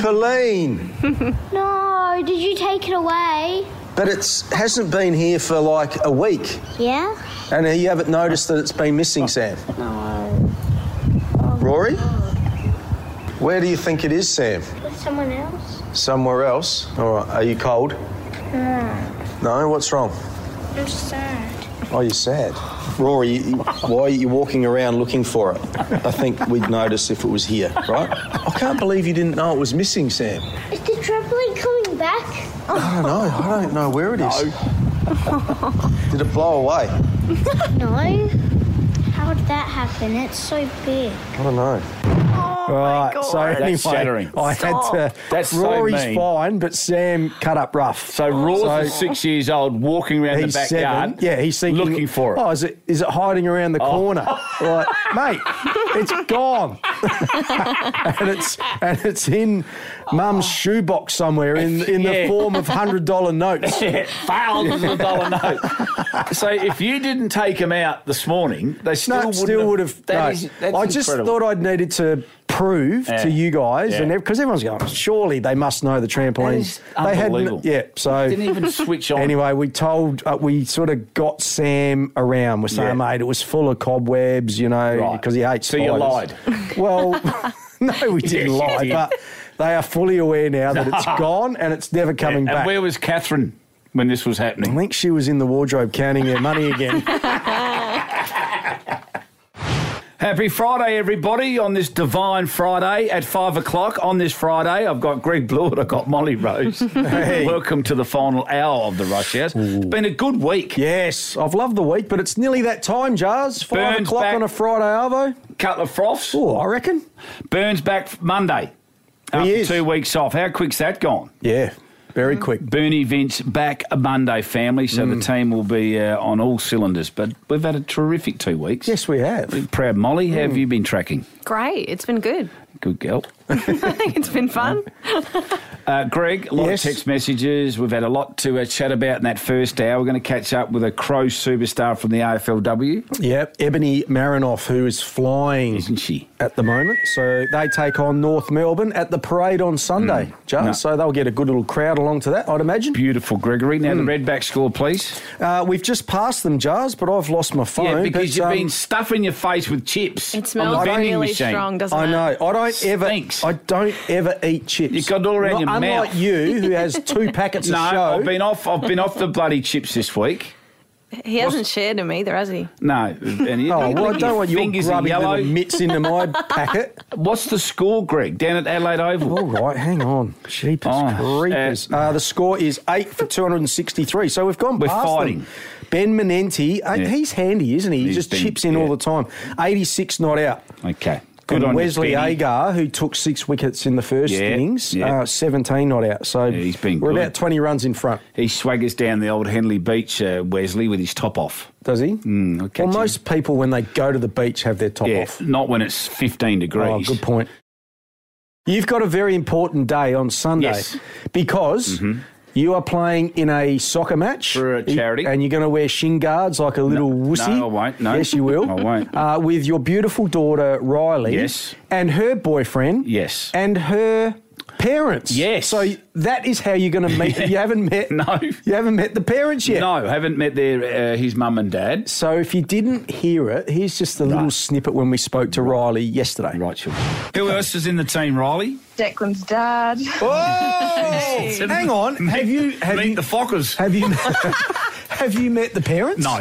Speaker 2: Trampoline!
Speaker 12: No, did you take it away?
Speaker 2: But it hasn't been here for like a week.
Speaker 12: Yeah?
Speaker 2: And you haven't noticed that it's been missing, Sam? Oh Rory? Where do you think it is, Sam?
Speaker 12: With someone else?
Speaker 2: Somewhere else. All right. Are you cold? No. No. What's wrong?
Speaker 12: I'm sad.
Speaker 2: Oh, you're sad. Rory, you- why are you walking around looking for it? I think we'd notice if it was here, right? I can't believe you didn't know it was missing, Sam.
Speaker 12: Is the trampoline coming back?
Speaker 2: I don't know. I don't know where it is. Did it blow away?
Speaker 12: no. How did that happen? It's so big.
Speaker 2: I don't know.
Speaker 12: Right,
Speaker 2: so anyway,
Speaker 1: That's shattering.
Speaker 2: I had to.
Speaker 1: That's so
Speaker 2: Rory's
Speaker 1: mean.
Speaker 2: fine, but Sam cut up rough.
Speaker 1: So Raw's is six years old, walking around the
Speaker 2: He's
Speaker 1: backyard.
Speaker 2: seven. Yeah, he's thinking,
Speaker 1: looking for it. Oh.
Speaker 2: Oh, is it is it hiding around the corner? Like, mate, it's gone, and it's and it's in Mum's shoebox somewhere in in
Speaker 1: Oh. Yeah.
Speaker 2: the form of hundred dollar notes.
Speaker 1: Yeah, thousands of dollar note. So if you didn't take them out this morning, they still
Speaker 2: No,
Speaker 1: wouldn't
Speaker 2: still would have.
Speaker 1: That
Speaker 2: no.
Speaker 1: is- that's
Speaker 2: I just
Speaker 1: incredible.
Speaker 2: thought I'd needed to prove
Speaker 1: Yeah.
Speaker 2: to you guys,
Speaker 1: Yeah.
Speaker 2: and because everyone's going, surely they must know the trampolines.
Speaker 1: That is
Speaker 2: They hadn't-
Speaker 1: unbelievable.
Speaker 2: yeah. So
Speaker 1: Didn't even switch on.
Speaker 2: Anyway, we told uh, we sort of got Sam around. We're saying,
Speaker 1: Yeah.
Speaker 2: mate, it was full of cobwebs, you know,
Speaker 1: Right.
Speaker 2: because he hates.
Speaker 1: So you
Speaker 2: spiders." Well, no, we didn't
Speaker 1: Yes, you
Speaker 2: lie,
Speaker 1: did.
Speaker 2: but they are fully aware now that it's gone and it's never coming
Speaker 1: And
Speaker 2: back.
Speaker 1: where was Catherine when this was happening?
Speaker 2: I think she was in the wardrobe counting her money again.
Speaker 1: Happy Friday, everybody, on this Divine Friday at five o'clock. On this Friday, I've got Greg Blewett, I've got Molly Rose.
Speaker 2: Hey.
Speaker 1: Welcome to the final hour of the Rush House. It's been a good week.
Speaker 2: Yes, I've loved the week, but it's nearly that time, Jars. Five
Speaker 1: Burns
Speaker 2: o'clock
Speaker 1: back.
Speaker 2: on a Friday, Arvo.
Speaker 1: Couple of froths.
Speaker 2: Oh, I reckon.
Speaker 1: Burns back Monday after
Speaker 2: is.
Speaker 1: two weeks off. How quick's that gone? Mm.
Speaker 2: Yeah, very quick. Mm.
Speaker 1: Bernie Vince back a Monday family, so the team will be uh, on all cylinders. But we've had a terrific two weeks.
Speaker 2: Yes, we have. Mm.
Speaker 1: Proud Molly, how have you been tracking?
Speaker 3: Great. It's been good.
Speaker 1: Good girl.
Speaker 3: I think it's been fun.
Speaker 1: Uh, Greg, a lot
Speaker 2: Yes.
Speaker 1: of text messages. We've had a lot to uh, chat about in that first hour. We're going to catch up with a Crow superstar from the AFLW,
Speaker 2: Yep, Ebony Marinoff, who is flying
Speaker 1: isn't she?
Speaker 2: at the moment. So they take on North Melbourne at the parade on Sunday, Jars.
Speaker 1: No.
Speaker 2: So they'll get a good little crowd along to that, I'd imagine.
Speaker 1: Mm.
Speaker 2: Hmm.
Speaker 1: Beautiful, Gregory. Now the Redback score, please.
Speaker 2: Uh, we've just passed them, Jars, but I've lost my phone.
Speaker 1: yeah,
Speaker 2: but,
Speaker 1: because you've
Speaker 2: um,
Speaker 1: been stuffing your face with chips.
Speaker 3: It smells
Speaker 1: on the vending
Speaker 3: really
Speaker 1: machine.
Speaker 3: strong, doesn't
Speaker 2: I
Speaker 3: it?
Speaker 2: know. I don't ever.
Speaker 1: Stinks.
Speaker 2: I don't ever eat chips.
Speaker 1: You got it all around
Speaker 2: Not,
Speaker 1: your
Speaker 2: unlike
Speaker 1: mouth.
Speaker 2: you, who has two packets
Speaker 1: No,
Speaker 2: of show.
Speaker 1: I've been off. I've been off the bloody chips this week.
Speaker 3: He hasn't shared them either, has he?
Speaker 1: No, and you-
Speaker 2: Oh,
Speaker 1: look
Speaker 2: well, I
Speaker 1: at
Speaker 2: don't want your
Speaker 1: fingers in
Speaker 2: grubby
Speaker 1: yellow.
Speaker 2: little mitts into my packet.
Speaker 1: What's the score, Greg, down at Adelaide Oval?
Speaker 2: All right, hang on. Jeepers
Speaker 1: Oh,
Speaker 2: creepers. Uh, the score is 8 for 263. So we've gone
Speaker 1: We're
Speaker 2: past them.
Speaker 1: fighting.
Speaker 2: Ben Menenti, uh,
Speaker 1: Yeah.
Speaker 2: he's handy, isn't he? He
Speaker 1: He's
Speaker 2: just
Speaker 1: been-
Speaker 2: chips in all
Speaker 1: yeah.
Speaker 2: the time. 86 not out.
Speaker 1: Okay, good
Speaker 2: and
Speaker 1: on
Speaker 2: Wesley
Speaker 1: you, Benny.
Speaker 2: Agar, who took six wickets in the first
Speaker 1: Yeah,
Speaker 2: innings,
Speaker 1: yeah.
Speaker 2: Uh, 17 not out. So
Speaker 1: he's been
Speaker 2: we're
Speaker 1: good.
Speaker 2: about 20 runs in front,
Speaker 1: He swaggers down the old Henley Beach, uh, Wesley, with his top off.
Speaker 2: does he?
Speaker 1: Mm, I'll catch
Speaker 2: well,
Speaker 1: him.
Speaker 2: most people, when they go to the beach, have their top
Speaker 1: yeah,
Speaker 2: off.
Speaker 1: not when it's 15
Speaker 2: Oh,
Speaker 1: degrees.
Speaker 2: good point. You've got a very important day on Sunday
Speaker 1: Yes. Mm-hmm.
Speaker 2: because you are playing in a soccer match
Speaker 1: For a charity.
Speaker 2: and you're going to wear shin guards like a little wussy.
Speaker 1: no, I won't. No.
Speaker 2: yes, you will.
Speaker 1: I won't.
Speaker 2: Uh, with your beautiful daughter Riley.
Speaker 1: Yes.
Speaker 2: and her boyfriend.
Speaker 1: Yes.
Speaker 2: and her parents.
Speaker 1: Yes.
Speaker 2: So that is how you're going to meet. You haven't met.
Speaker 1: No.
Speaker 2: You haven't met the parents yet.
Speaker 1: No, haven't met their uh, his mum and dad.
Speaker 2: So if you didn't hear it, here's just a little snippet when we spoke to Riley yesterday.
Speaker 1: Right, sure. Who else is in the team, Riley?
Speaker 13: Declan's dad.
Speaker 2: Oh, hang on. Have you have
Speaker 1: Meet
Speaker 2: you
Speaker 1: the Fockers.
Speaker 2: have you have you met the parents?
Speaker 1: No.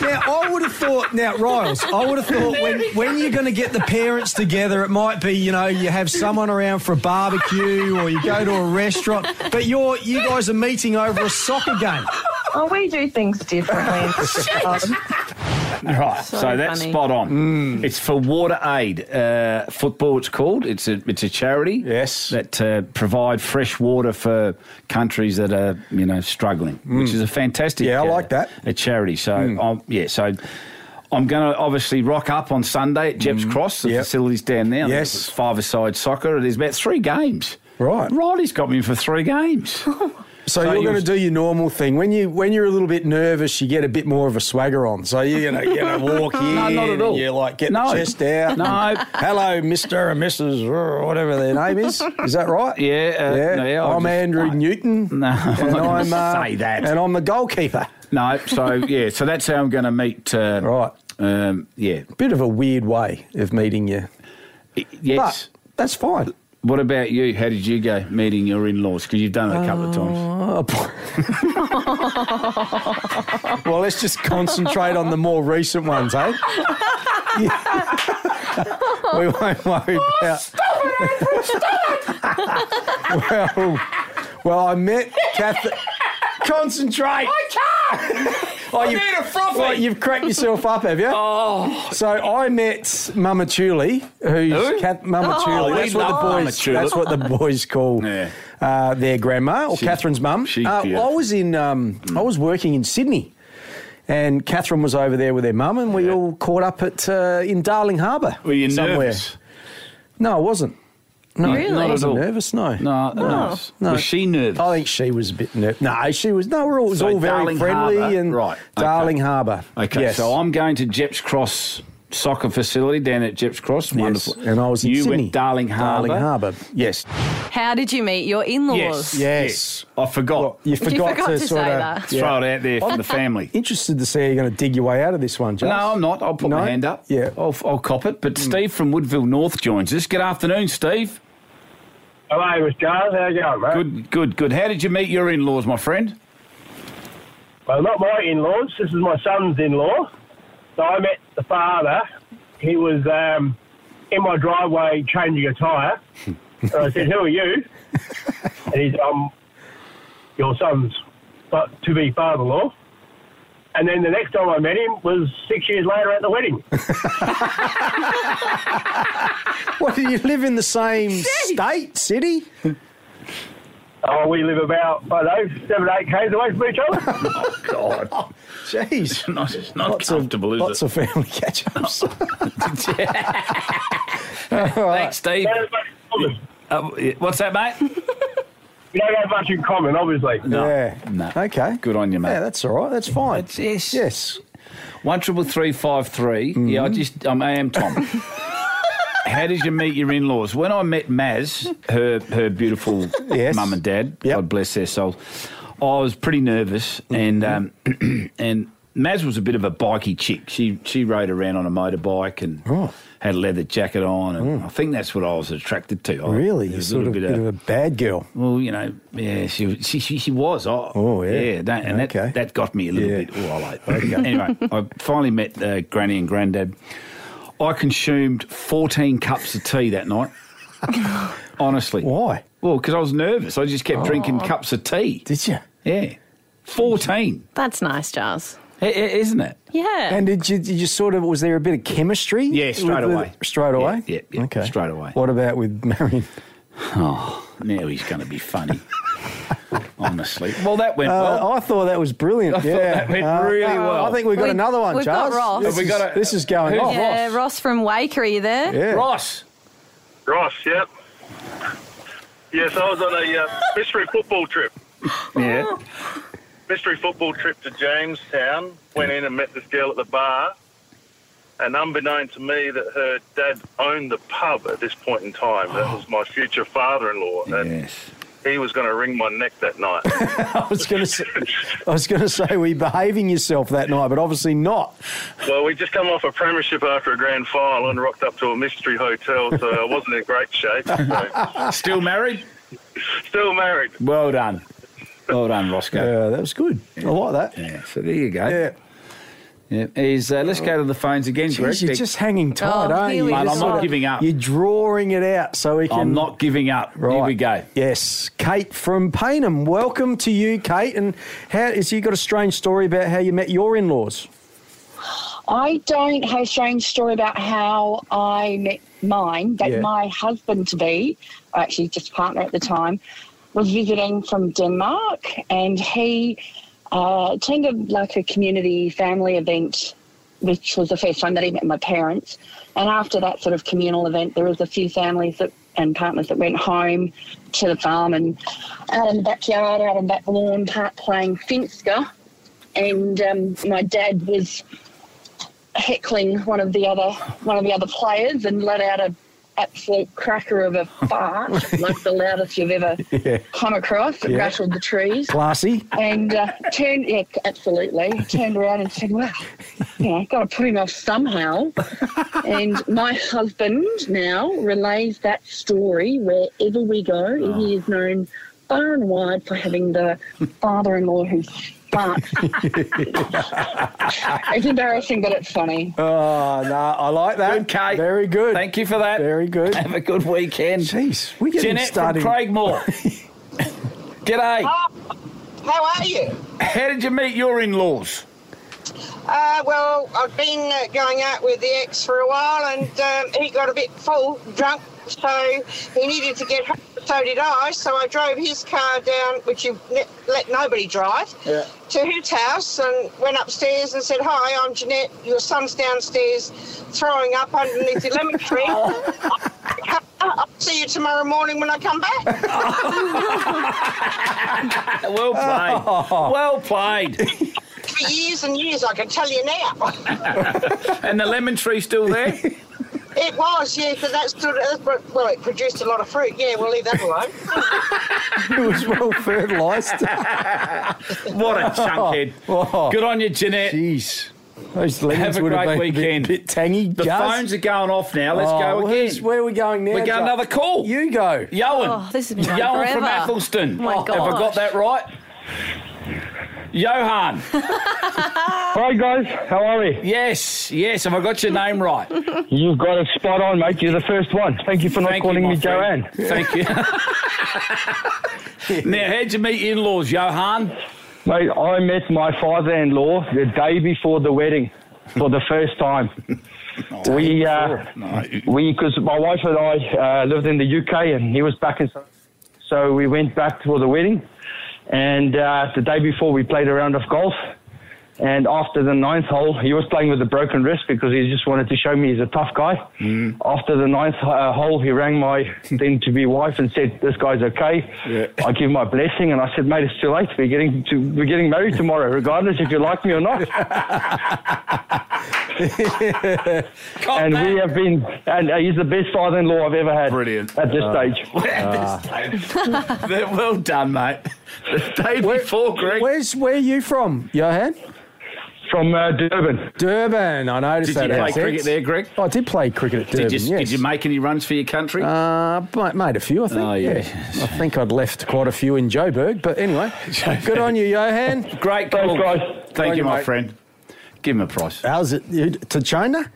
Speaker 2: Now I would have thought. Now Riles, I would have thought when when you're going to get the parents together, it might be you know you have someone around for a barbecue or you go to a restaurant, but you're you guys are meeting over a soccer game.
Speaker 13: Oh, we do things differently. Um,
Speaker 1: Right, so,
Speaker 3: So
Speaker 1: that's
Speaker 3: funny.
Speaker 1: spot on.
Speaker 2: Mm.
Speaker 1: It's for Water Aid uh, football. It's called. It's a it's a charity.
Speaker 2: Yes.
Speaker 1: that uh, provide fresh water for countries that are you know struggling, which is a fantastic.
Speaker 2: Mm. Yeah, I
Speaker 1: uh,
Speaker 2: like that. Mm.
Speaker 1: A charity. So I'm, yeah, so. I'm going to obviously rock up on Sunday at Jepp's Cross, the
Speaker 2: Mm. Yep.
Speaker 1: facilities down there.
Speaker 2: Yes.
Speaker 1: It's five-a-side soccer. There's about three games.
Speaker 2: Right.
Speaker 1: Riley's got me in for three games.
Speaker 2: So,
Speaker 1: So
Speaker 2: you're
Speaker 1: you'll-
Speaker 2: going to do your normal thing when you when you're a little bit nervous, you get a bit more of a swagger on. So you're going to you know, walk in,
Speaker 1: not at
Speaker 2: and
Speaker 1: all.
Speaker 2: you like get
Speaker 1: No.
Speaker 2: the chest out.
Speaker 1: No.
Speaker 2: hello, Mister and Mrs. or whatever their name is. Is that right?
Speaker 1: Yeah, uh,
Speaker 2: yeah.
Speaker 1: no, yeah, I
Speaker 2: I'm
Speaker 1: just-
Speaker 2: Andrew
Speaker 1: no.
Speaker 2: Newton.
Speaker 1: No, I'm
Speaker 2: and
Speaker 1: not gonna
Speaker 2: I'm uh,
Speaker 1: say that.
Speaker 2: And I'm the goalkeeper.
Speaker 1: no, so yeah, so that's how I'm going to meet. Uh,
Speaker 2: Right.
Speaker 1: Um, yeah.
Speaker 2: Bit of a weird way of meeting you,
Speaker 1: Yes.
Speaker 2: but that's fine.
Speaker 1: What about you? How did you go meeting your in laws? Because you've done it a couple of times.
Speaker 2: Uh, well, let's just concentrate on the more recent ones, eh? we won't worry
Speaker 1: Oh,
Speaker 2: about. well, well, I met Kath. Concentrate.
Speaker 14: I
Speaker 2: you've-
Speaker 14: need a frothy.
Speaker 2: Well, you've cracked yourself up, have you? Oh. So I met Mama Tully, who's
Speaker 14: Who?
Speaker 2: Kath- Mama
Speaker 14: Oh,
Speaker 2: Tully.
Speaker 14: we
Speaker 2: That's what
Speaker 14: love
Speaker 2: the
Speaker 14: Mama
Speaker 2: boys.
Speaker 14: Tulip.
Speaker 2: That's what the boys call uh, their grandma or Catherine's mum.
Speaker 14: she's
Speaker 2: Uh,
Speaker 14: beautiful.
Speaker 2: I was in. Um, I was working in Sydney. And Catherine was over there with her mum, and we all caught up at uh, in Darling Harbour. Were
Speaker 1: you
Speaker 2: somewhere.
Speaker 1: nervous?
Speaker 2: No, I wasn't. No,
Speaker 1: Really? Not
Speaker 2: I
Speaker 1: at
Speaker 2: wasn't
Speaker 1: all.
Speaker 2: nervous. No,
Speaker 1: no,
Speaker 2: no,
Speaker 1: Was she nervous?
Speaker 2: I think she was a bit nervous. No, she was. No, we're all, it was
Speaker 1: So
Speaker 2: all very
Speaker 1: Darling
Speaker 2: friendly
Speaker 1: Harbour,
Speaker 2: and
Speaker 1: right, okay.
Speaker 2: Darling Harbour.
Speaker 1: Okay,
Speaker 2: yes.
Speaker 1: so I'm going to Jeps Cross soccer facility down at Jeps Cross. Wonderful. And I was
Speaker 2: in
Speaker 1: you
Speaker 2: Sydney.
Speaker 1: went Darling Harbour.
Speaker 2: Darling Harbour. Yes.
Speaker 3: How did you meet your in laws?
Speaker 1: I forgot.
Speaker 2: you
Speaker 3: You
Speaker 2: forgot,
Speaker 3: forgot to say
Speaker 2: sort of
Speaker 3: that.
Speaker 1: Throw it out there for the family.
Speaker 2: Interested to see how you're going to dig your way out of this one, Josh.
Speaker 1: No, I'm not. I'll put
Speaker 2: No?
Speaker 1: my hand up. Yeah, I'll, I'll cop it. But
Speaker 2: Hmm.
Speaker 1: Steve from Woodville North joins us. Good afternoon, Steve.
Speaker 15: Hello, Miss Charles. How you going, mate?
Speaker 1: Good, good, good. How did you meet your in-laws, my friend?
Speaker 15: Well, not my in-laws. This is my son's in-law. So I met the father. He was um, in my driveway changing a tyre. So I said, "Who are you?" and he's, "Um, your son's fa- to be father-in-law." And then the next time I met him was six years later at the wedding.
Speaker 2: What, do you live in the same state, city?
Speaker 15: Oh, we live about I don't know seven, eight k's away from each other.
Speaker 2: Oh,
Speaker 1: God.
Speaker 2: Jeez.
Speaker 1: not, it's not
Speaker 2: Lots of-
Speaker 1: comfortable, is
Speaker 2: lots
Speaker 1: it?
Speaker 2: of family catch-ups.
Speaker 1: Thanks, Steve. Uh, what's that, mate?
Speaker 15: We don't have much in common, obviously.
Speaker 1: No.
Speaker 2: Yeah.
Speaker 1: No.
Speaker 2: Okay.
Speaker 1: Good on you, mate.
Speaker 2: Yeah, that's all right. That's fine.
Speaker 1: yes.
Speaker 2: Yes. Mm-hmm.
Speaker 1: One triple three five three. Yeah, I just um, I am Tom. How did you meet your in-laws? When I met Maz, her her beautiful mum and dad, God bless their souls, I was pretty nervous, and um, and Maz was a bit of a bikey chick. She she rode around on a motorbike and
Speaker 2: Oh.
Speaker 1: had a leather jacket on, and I think that's what I was attracted to. I,
Speaker 2: Mm. Really?
Speaker 1: it
Speaker 2: You're
Speaker 1: was
Speaker 2: sort of a bit of a bad girl.
Speaker 1: Well, you know, yeah, she was- she she, she was. Oh,
Speaker 2: Oh, yeah.
Speaker 1: that, and that that got me a little bit. Oh, I like. That. anyway, I finally met uh, Granny and Grandad. I consumed fourteen cups of tea that night. Honestly,
Speaker 2: why?
Speaker 1: Well, because I was nervous. I just kept drinking
Speaker 3: Oh.
Speaker 1: cups of tea.
Speaker 2: Did you?
Speaker 1: Yeah, fourteen.
Speaker 3: That's nice, Giles.
Speaker 1: isn't it?
Speaker 3: Yeah.
Speaker 2: And did you, did you sort of, was there a bit of chemistry?
Speaker 1: Yeah, straight
Speaker 2: with-
Speaker 1: away.
Speaker 2: Straight
Speaker 1: Yeah,
Speaker 2: away?
Speaker 1: yeah, yeah,
Speaker 2: Okay.
Speaker 1: straight away.
Speaker 2: What about with Marion?
Speaker 1: Oh, now he's going to be funny. Honestly, well, that went
Speaker 2: Uh,
Speaker 1: well.
Speaker 2: I thought that was brilliant.
Speaker 1: I thought
Speaker 2: yeah.
Speaker 1: that went
Speaker 2: Uh,
Speaker 1: really
Speaker 2: uh,
Speaker 1: well.
Speaker 2: I think we've got
Speaker 1: We-
Speaker 2: another one,
Speaker 3: we've got
Speaker 2: Charles.
Speaker 3: Ross.
Speaker 2: This,
Speaker 1: Have we
Speaker 2: is,
Speaker 1: got a-
Speaker 2: this is going
Speaker 1: Who's
Speaker 2: off.
Speaker 3: Yeah, Ross from Waker, are you there?
Speaker 2: Yeah.
Speaker 1: Ross.
Speaker 15: Ross, yep.
Speaker 16: Yes, I was on a uh, mystery football trip.
Speaker 1: Yeah.
Speaker 16: Mystery football trip to Jamestown. Went in and met this girl at the bar. And unbeknown to me that her dad owned the pub at this point in time. That was my future father-in-law.
Speaker 1: Yes.
Speaker 16: And he was going to wring my neck that night.
Speaker 2: I was going to say, I was going to say, were you behaving yourself that night? But obviously not.
Speaker 16: well, we just come off a premiership after a grand final and rocked up to a mystery hotel, so I wasn't in great shape. So.
Speaker 1: Still married?
Speaker 16: Still married.
Speaker 1: Well done. Well done, Roscoe. Yeah,
Speaker 2: that was good. I like that.
Speaker 1: Yeah, so there you go. Yeah. Yeah, is, uh, let's go to the phones again,
Speaker 2: Jeez,
Speaker 1: Greg.
Speaker 2: you're just
Speaker 1: Oh,
Speaker 2: hanging tight, aren't you?
Speaker 1: Mate,
Speaker 2: You're
Speaker 1: I'm
Speaker 2: sort
Speaker 1: not
Speaker 2: of-
Speaker 1: giving up.
Speaker 2: You're drawing it out so we can.
Speaker 1: I'm not giving up. Here we go.
Speaker 2: Yes, Kate from Paynham. Welcome to you, Kate. And how is you got a strange story about how you met your in-laws?
Speaker 17: I don't have a strange story about how I met mine, that
Speaker 2: Yeah.
Speaker 17: my husband to be, or actually just partner at the time, was visiting from Denmark and he uh, attended like a community family event, which was the first time that he met my parents. And after that sort of communal event, there was a few families that, and partners that went home to the farm and out in the backyard, out on the back lawn, part playing Finsker. And um, my dad was heckling one of the other one of the other players and let out a absolute cracker of a fart, like the loudest you've ever
Speaker 2: Yeah.
Speaker 17: come across. It
Speaker 2: Yeah.
Speaker 17: rattled the trees.
Speaker 2: Classy.
Speaker 17: And uh, turned, yeah, absolutely. Turned around and said, well, you know, got to put him off somehow. and my husband now relays that story wherever we go. He is known far and wide for having the father in law who farts. it's embarrassing, but it's funny.
Speaker 1: Ah,
Speaker 2: Oh, no, I like that. Okay. Very good. Thank
Speaker 1: you for that.
Speaker 2: Very good.
Speaker 1: Have a good weekend.
Speaker 2: Jeez, we're getting
Speaker 1: Jeanette
Speaker 2: started.
Speaker 1: from Craigmore. G'day.
Speaker 18: Ah, How are you?
Speaker 1: How did you meet your in-laws?
Speaker 18: Uh, well, I've been uh, going out with the ex for a while, and um, he got a bit full, drunk, so he needed to get home. So did I. So I drove his car down, which you ne- let nobody drive,
Speaker 19: Yeah.
Speaker 18: to his house, and went upstairs and said, "Hi, I'm Jeanette. Your son's downstairs, throwing up underneath the lemon tree. I'll see you tomorrow morning when I come back."
Speaker 1: well played.
Speaker 2: Oh.
Speaker 1: Well played.
Speaker 18: For years and years, I can tell you now.
Speaker 1: and the lemon tree still there?
Speaker 18: It was, yeah, because that stood. Well, it produced a lot of fruit. Yeah, we'll leave that alone.
Speaker 2: it was well fertilised.
Speaker 1: what a chunkhead.
Speaker 2: Oh.
Speaker 1: Good on you, Jeanette.
Speaker 2: Jeez. Those lemons
Speaker 1: Have a
Speaker 2: would have
Speaker 1: great
Speaker 2: been a bit-
Speaker 1: weekend.
Speaker 2: bit, tangy.
Speaker 1: The
Speaker 2: Gus.
Speaker 1: phones are going off now. Let's
Speaker 2: Oh,
Speaker 1: go
Speaker 2: where's-
Speaker 1: again.
Speaker 2: Where are we going now?
Speaker 1: We got
Speaker 2: Jack?
Speaker 1: another call.
Speaker 2: You go. Oh,
Speaker 1: Yohan.
Speaker 2: this has been going
Speaker 1: Johan
Speaker 2: forever.
Speaker 1: from Athelston.
Speaker 2: Oh my
Speaker 1: Have I
Speaker 2: gosh.
Speaker 1: got that right? Johan.
Speaker 20: Hi guys, how are we?
Speaker 1: Yes, yes. Have I got your name right?
Speaker 20: You've got it spot on, mate. You're the first one. Thank you for not
Speaker 1: Thank you,
Speaker 20: calling
Speaker 1: my
Speaker 20: me
Speaker 1: friend.
Speaker 20: Joanne.
Speaker 1: Thank you. now, how'd you meet in-laws, Johan?
Speaker 20: Mate, I met my father-in-law the day before the wedding for the first time. we, uh, we, because my wife and I uh, lived in the UK and he was back in, so we went back for the wedding, and uh, the day before we played a round of golf, and after the ninth hole he was playing with a broken wrist because he just wanted to show me he's a tough guy. After the ninth uh, hole, he rang my then to be wife and said, "This guy's okay." I give my blessing, and I said, "Mate, it's too late. We're getting to, we're getting married tomorrow, regardless if you like me or not." and we have been, and uh, he's the best father-in-law I've ever had. Brilliant at this
Speaker 12: Ah.
Speaker 1: Uh,
Speaker 20: stage.
Speaker 1: well done, mate. The day before, Greg.
Speaker 2: Where's where are you from, Johan?
Speaker 20: From uh, Durban.
Speaker 2: Durban. I noticed
Speaker 1: Did you
Speaker 2: that.
Speaker 1: play
Speaker 2: accent.
Speaker 1: cricket there, Greg?
Speaker 2: I did play cricket at Durban.
Speaker 1: Did you,
Speaker 2: yes.
Speaker 1: did you make any runs for your country?
Speaker 2: Uh, but made a few, I think.
Speaker 1: Oh, yeah.
Speaker 2: yeah. I think I'd left quite a few in Joburg, but anyway, good on you, Johan.
Speaker 1: Great call. Thank you, my
Speaker 2: mate.
Speaker 1: friend. Give him a price.
Speaker 2: How's it? You, to China?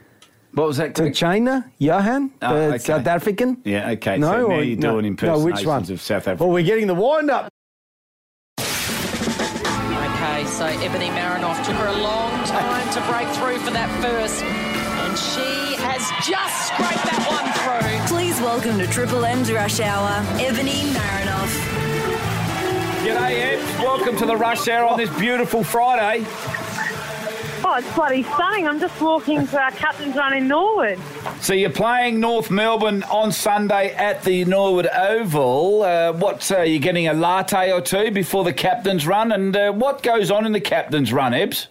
Speaker 1: What was that?
Speaker 2: To China, Johan,
Speaker 1: Ah,
Speaker 2: the
Speaker 1: okay.
Speaker 2: South African.
Speaker 1: Yeah, okay.
Speaker 2: No,
Speaker 1: so now
Speaker 2: or-
Speaker 1: you're
Speaker 2: no,
Speaker 1: doing
Speaker 2: no,
Speaker 1: impersonations
Speaker 2: which one?
Speaker 1: of South Africa.
Speaker 2: Well, we're getting the wind up.
Speaker 21: Okay, so Ebony Marinoff took her a long time to break through for that first, and she has just scraped that one through.
Speaker 22: Please welcome to Triple M's Rush Hour, Ebony Marinoff.
Speaker 1: G'day, Ed. Welcome to the rush hour on this beautiful Friday.
Speaker 23: Oh, it's bloody stunning. I'm just walking to our captain's run in Norwood.
Speaker 1: So you're playing North Melbourne on Sunday at the Norwood Oval. Uh, what uh, you're getting a latte or two before the captain's run, and uh, what goes on in the captain's run, Ebbs?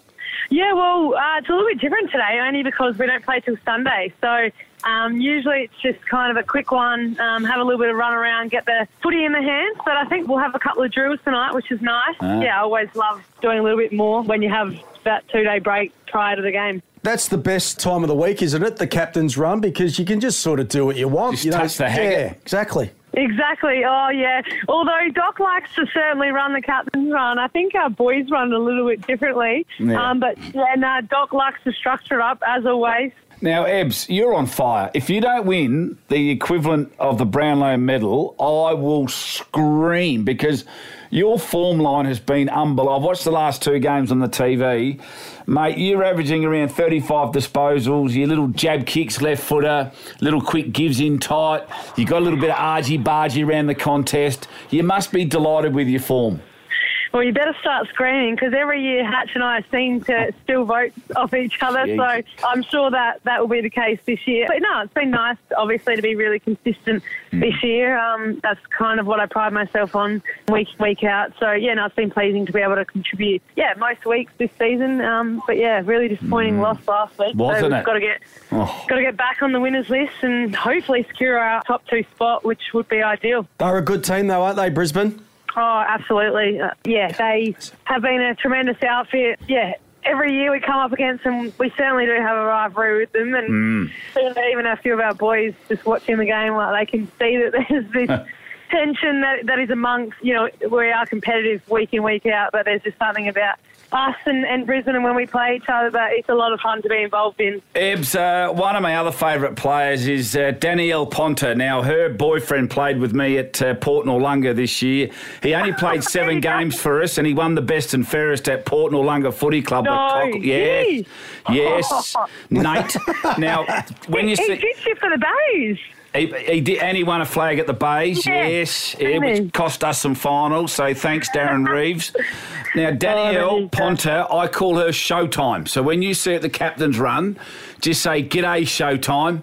Speaker 23: Yeah, well, uh, it's a little bit different today, only because we don't play till Sunday. So um, usually it's just kind of a quick one, um, have a little bit of run around, get the footy in the hands. But I think we'll have a couple of drills tonight, which is nice.
Speaker 2: Ah.
Speaker 23: Yeah, I always love doing a little bit more when you have that two day break prior to the game.
Speaker 2: That's the best time of the week, isn't it? The captain's run because you can just sort of do what you want. you
Speaker 1: touch the hanger.
Speaker 2: Yeah, exactly.
Speaker 23: Exactly. Oh, yeah. Although Doc likes to certainly run the captain's run, I think our boys run a little bit differently.
Speaker 1: Yeah.
Speaker 23: Um, but yeah, no, Doc likes to structure it up as always.
Speaker 1: Now, Ebbs, you're on fire. If you don't win the equivalent of the Brownlow medal, I will scream because your form line has been unbelievable. I've watched the last two games on the TV. Mate, you're averaging around 35 disposals, your little jab kicks, left footer, little quick gives in tight. you got a little bit of argy bargy around the contest. You must be delighted with your form.
Speaker 23: Well, you better start screaming because every year Hutch and I seem to steal votes off each other.
Speaker 4: Jeez.
Speaker 23: So I'm sure that that will be the case this year. But no, it's been nice, obviously, to be really consistent
Speaker 1: Hmm.
Speaker 23: this year. Um, that's kind of what I pride myself on week week out. So yeah, no, it's been pleasing to be able to contribute. Yeah, most weeks this season. Um, but yeah, really disappointing loss last week. so
Speaker 1: Hmm. Wasn't
Speaker 23: we've
Speaker 1: it?
Speaker 23: Got to get
Speaker 1: Oh.
Speaker 23: got to get back on the winners list and hopefully secure our top two spot, which would be ideal.
Speaker 2: They're a good team, though, aren't they, Brisbane?
Speaker 23: Oh, absolutely. Uh, yeah, they have been a tremendous outfit. Yeah, every year we come up against them. We certainly do have a rivalry with them, and
Speaker 4: Mm.
Speaker 23: even- even a few of our boys just watching the game, like they can see that there's this. Tension that, that is amongst, you know, we are competitive week in, week out, but there's just something about us and, and Brisbane and when we play each other that it's a lot of fun to be involved in.
Speaker 1: Ebs, uh, one of my other favourite players is uh, Danielle Ponta. Now, her boyfriend played with me at uh, Port Norlunga this year. He only played seven games for us, and he won the best and fairest at Port Norlunga Footy Club.
Speaker 23: No,
Speaker 1: at yes,
Speaker 23: gee.
Speaker 1: yes, Nate. Now, when you
Speaker 23: He- he
Speaker 1: see,
Speaker 23: did shift for the Bays.
Speaker 1: he, he did, and he won a flag at the Bays.
Speaker 23: Yeah,
Speaker 1: Yes,
Speaker 23: didn't
Speaker 1: yeah,
Speaker 23: he?
Speaker 1: which cost us some finals. So thanks, Darren Reeves.
Speaker 23: Oh,
Speaker 1: Now, Danielle Ponta, I call her Showtime. So when you see it, the captain's run, just say "G'day, Showtime."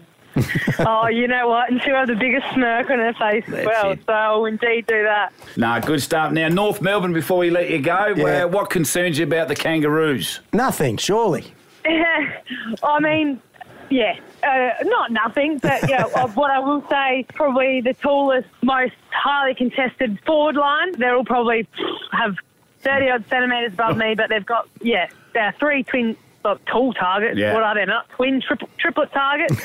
Speaker 23: oh, you know what? And she'll have the biggest smirk on her face as well. So I'll indeed do that.
Speaker 1: Nah, good stuff. Now, North Melbourne. Before we let you go,
Speaker 2: Yeah.
Speaker 1: uh, what concerns you about the Kangaroos?
Speaker 2: Nothing, surely.
Speaker 23: I mean, yeah, uh, not nothing, but yeah, of what I will say, probably the tallest, most highly contested forward line. They're all probably have 30 odd centimetres above me, but they've got, yeah, they're three twin. Well, tall targets.
Speaker 4: Yeah.
Speaker 23: What are they? Not twin, tripl- triplet targets.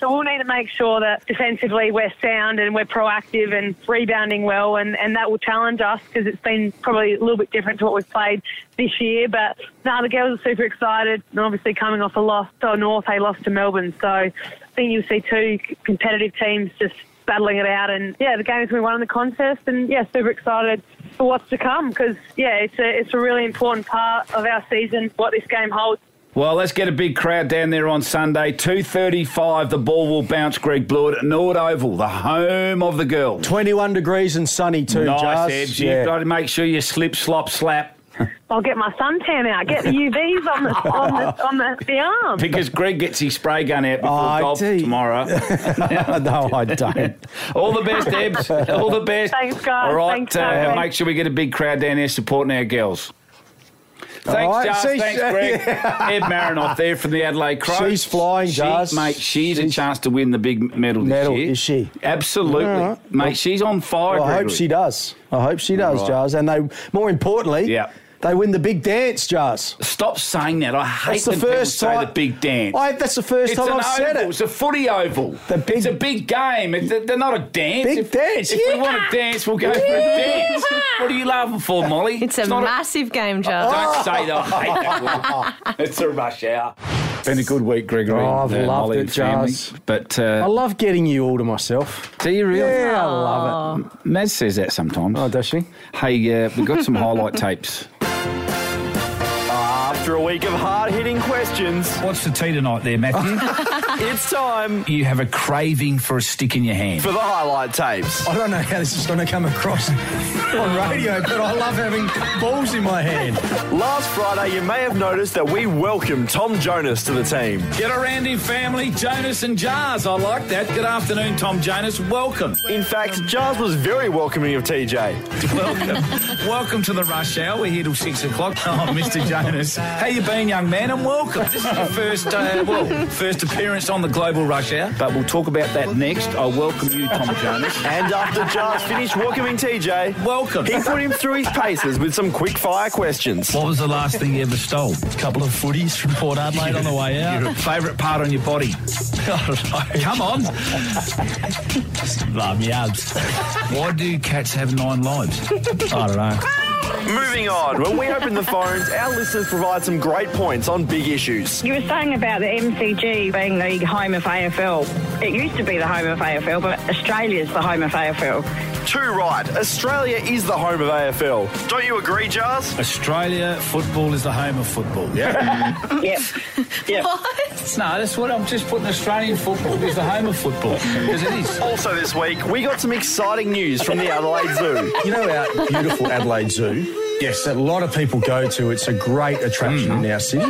Speaker 23: so we'll need to make sure that defensively we're sound and we're proactive and rebounding well, and, and that will challenge us because it's been probably a little bit different to what we've played this year. But no, the girls are super excited, and obviously coming off a loss to North, they lost to Melbourne. So I think you'll see two c- competitive teams just battling it out, and yeah, the game's been won in the contest, and yeah, super excited. For what's to come, because yeah, it's a it's a really important part of our season. What this game holds.
Speaker 1: Well, let's get a big crowd down there on Sunday. 2.35, the ball will bounce Greg Blewett at Nord Oval, the home of the girls.
Speaker 2: 21 degrees and sunny too,
Speaker 1: nice,
Speaker 2: Jars.
Speaker 1: Ebs.
Speaker 2: Yeah.
Speaker 1: You've got to make sure you slip, slop, slap.
Speaker 23: I'll get my suntan out. Get the UVs on the on the, on the, the arm.
Speaker 1: Because Greg gets his spray gun out before
Speaker 2: Oh,
Speaker 1: golf
Speaker 2: gee.
Speaker 1: tomorrow.
Speaker 2: no, I don't.
Speaker 1: All the best, Ebs. All the best.
Speaker 23: Thanks, guys.
Speaker 1: All right,
Speaker 23: Thanks,
Speaker 1: uh,
Speaker 23: guys.
Speaker 1: make sure we get a big crowd down there supporting our girls. Thanks,
Speaker 2: right,
Speaker 1: Jars.
Speaker 2: see-
Speaker 1: Thanks, Greg. Ed Marinoff there from the Adelaide Crows.
Speaker 2: She's flying,
Speaker 1: She-
Speaker 2: Jars.
Speaker 1: Mate, she's, a chance to win the big medal this medal, year. Is
Speaker 2: she?
Speaker 1: Absolutely.
Speaker 2: All right.
Speaker 1: Mate, she's on fire.
Speaker 2: Well, I hope
Speaker 1: Gregory.
Speaker 2: she does. I hope she does,
Speaker 1: Right.
Speaker 2: Jars. And they, more importantly, they win the big dance, Jars.
Speaker 1: Stop saying that. I hate
Speaker 2: That's the
Speaker 1: when people
Speaker 2: first
Speaker 1: say
Speaker 2: time-
Speaker 1: the big dance.
Speaker 2: I- that's the first
Speaker 1: It's
Speaker 2: time
Speaker 1: an
Speaker 2: I've said
Speaker 1: oval.
Speaker 2: it.
Speaker 1: It's a footy oval. it's a big game. It's they're not a dance.
Speaker 2: Big
Speaker 1: if,
Speaker 2: dance.
Speaker 1: If we want to dance, we'll go for a dance. What are you laughing for, Molly?
Speaker 3: It's a
Speaker 1: not
Speaker 3: massive game, Josh.
Speaker 1: Don't say that. I hate that word. It's a rush hour. Been a good week, Gregory.
Speaker 2: Oh, I've
Speaker 1: and, uh,
Speaker 2: loved
Speaker 1: Molly
Speaker 2: it,
Speaker 1: and family.
Speaker 2: Jars.
Speaker 1: But
Speaker 2: I
Speaker 1: uh,
Speaker 2: love getting you all to myself.
Speaker 1: do you really?
Speaker 2: Yeah, I love
Speaker 1: it. Maz says that sometimes. Oh,
Speaker 2: does she?
Speaker 1: Hey, uh, we've got some highlight tapes.
Speaker 5: After a week of hard hitting questions.
Speaker 1: What's the tea tonight there, Matthew?
Speaker 5: it's time
Speaker 1: You have a craving for a stick in your hand.
Speaker 5: for the highlight tapes.
Speaker 2: I don't know how this is going to come across on radio, but I love having balls in my hand.
Speaker 5: Last Friday, you may have noticed that we welcomed Tom Jonas to the team.
Speaker 1: Get around in family, Jonas and Jars. I like that. Good afternoon, Tom Jonas. Welcome.
Speaker 5: In fact, Jars was very welcoming of TJ.
Speaker 1: Welcome. welcome to the rush hour. We're here till six o'clock. Oh, Mr. Jonas. How you been, young man? And welcome. This is your first, uh, well, first appearance on the Global Rush Hour. But we'll talk about that next. I welcome you, Tom Jonas.
Speaker 5: And after Jars finished welcoming TJ,
Speaker 1: welcome.
Speaker 5: He put him through his paces with some quick fire questions.
Speaker 10: What was the last thing you ever stole? A couple of footies from Port Adelaide on the way out. Oh,
Speaker 1: Your favourite part on your body?
Speaker 10: Come on. Love me abs. Why do cats have nine lives? I don't know.
Speaker 5: Moving on, when we open the phones, our listeners provide some great points on big issues.
Speaker 4: You were saying about the MCG being the home of AFL. It used to be the home of AFL, but Australia's the home of AFL.
Speaker 5: Two right, Australia is the home of AFL. Don't you agree, Jars?
Speaker 10: Australia football is the home of football.
Speaker 5: Yeah.
Speaker 4: yep.
Speaker 10: Yep. What? No, that's what I'm just putting Australian football is the home of football. Because it is.
Speaker 5: Also this week, we got some exciting news from the Adelaide Zoo.
Speaker 2: You know our beautiful Adelaide Zoo? Yes. That a lot of people go to. It's a great attraction
Speaker 1: Mm.
Speaker 2: in our city.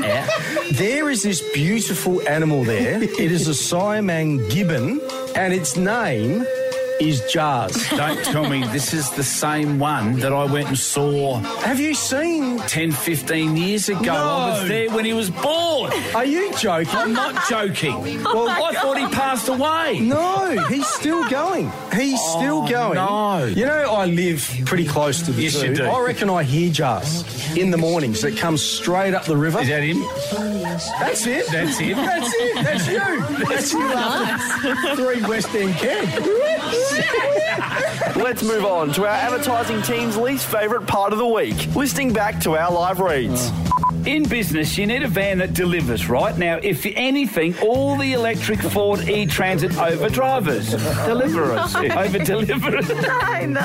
Speaker 2: There is this beautiful animal there. it is a Siamang gibbon, and its name is Jars.
Speaker 1: Don't tell me this is the same one that I went and saw.
Speaker 2: Have you seen?
Speaker 1: 10, 15 years ago. I was
Speaker 2: No.
Speaker 1: there when he was born.
Speaker 2: Are you joking?
Speaker 1: I'm not joking.
Speaker 2: Well-
Speaker 1: I thought he passed away.
Speaker 2: Oh
Speaker 1: Oh,
Speaker 2: No, he's still going. He's still going. No. You know, I live pretty close to the
Speaker 1: Yes,
Speaker 2: zoo.
Speaker 1: you do.
Speaker 2: I reckon I hear jars in the mornings that come straight up the river. Is
Speaker 1: that him?
Speaker 2: That's it.
Speaker 1: That's him.
Speaker 2: That's it. That's you. That's you after three West End keg.
Speaker 5: Let's move on to our advertising team's least favourite part of the week, listening back to our live reads.
Speaker 1: In business, you need a van that delivers, right? Now, if anything, all the electric Ford e Transit over drivers. Deliverers. over deliverers.
Speaker 10: No,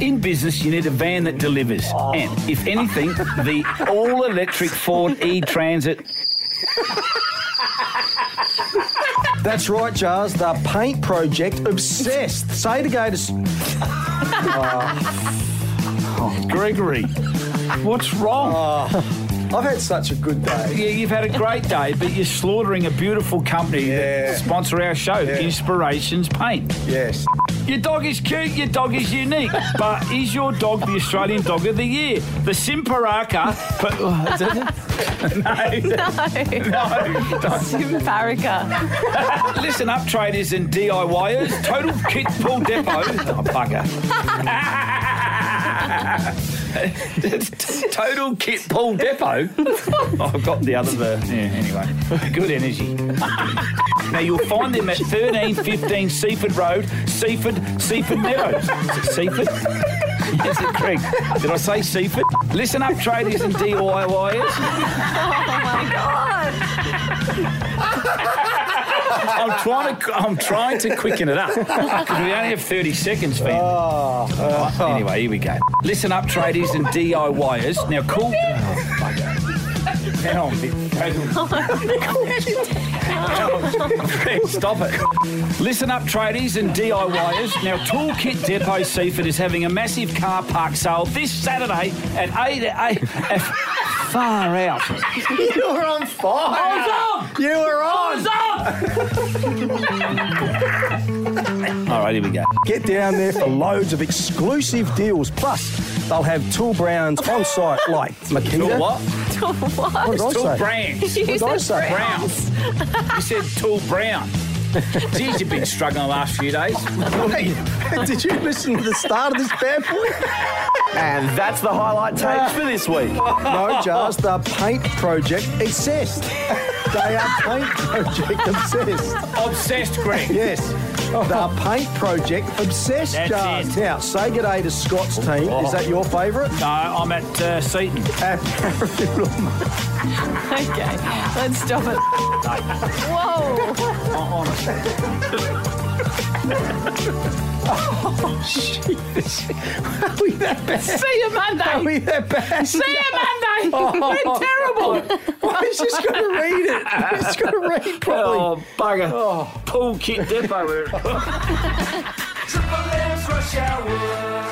Speaker 1: In business, you need a van that delivers. And if anything, the all electric Ford e Transit.
Speaker 2: That's right, Jars. The paint project obsessed. Say to go to. s- Oh.
Speaker 1: Gregory, what's wrong?
Speaker 2: Oh, I've had such a good day.
Speaker 1: Yeah, you've had a great day, but you're slaughtering a beautiful company that sponsor our show, Inspirations Paint.
Speaker 2: Yes.
Speaker 1: Your dog is cute, your dog is unique, but is your dog the Australian Dog of the Year? The Simparaka. But, is it?
Speaker 3: No.
Speaker 1: no.
Speaker 3: Simparica.
Speaker 1: Listen up, traders and DIYers. Total Kit Pool Depot. Oh, bugger. Total Kit Pool Depot. Oh, I've got the other. The, yeah, anyway. Good energy. now, you'll find them at 1315 Seaford Road, Seaford, Seaford Meadows. Is it Seaford? Is it Craig? Did I say Seaford? Listen up, traders and DIYers. I'm trying to I'm trying to quicken it up 'cause we only have 30 seconds, fam. All right, anyway, here we go. Listen up, traders and DIYers. Now, call. Oh, bugger. Hang on, Vic. Greg, Stop it. Listen up, tradies and DIYers. Now, Toolkit Depot Seaford is having a massive car park sale this Saturday at 8 8. Far out.
Speaker 10: You were on fire.
Speaker 1: I
Speaker 10: was on. You were on.
Speaker 1: All right, here we go.
Speaker 2: Get down there for loads of exclusive deals. Plus, they'll have tool brands on site like Makita.
Speaker 1: Tool what?
Speaker 3: Tool what?
Speaker 2: What did I
Speaker 1: Tool
Speaker 2: say?
Speaker 1: brands.
Speaker 2: What
Speaker 3: You
Speaker 2: did I
Speaker 3: said
Speaker 2: say?
Speaker 1: Browns. You said tall brown. Geez, you've been struggling the last few days.
Speaker 2: Hey, did you listen to the start of this bad boy?
Speaker 5: And that's the highlight takes for this week.
Speaker 2: No, Jars, the paint project obsessed. They are paint project obsessed.
Speaker 1: Obsessed, Greg.
Speaker 2: Yes. The paint project obsessed,
Speaker 1: That's
Speaker 2: Jars.
Speaker 1: it.
Speaker 2: Now, say good day to Scott's team. Is that your favourite?
Speaker 1: No, I'm at uh, Seaton.
Speaker 3: okay, let's stop it. Whoa!
Speaker 2: Oh, Jesus. Are we that bad?
Speaker 10: See you Monday.
Speaker 2: Are we that Oh. bad?
Speaker 10: See you Monday. We're terrible.
Speaker 2: Why is just going to read it? It's going to read properly.
Speaker 1: Oh, bugger. Pool kit depot.
Speaker 10: Triple M's rush hour.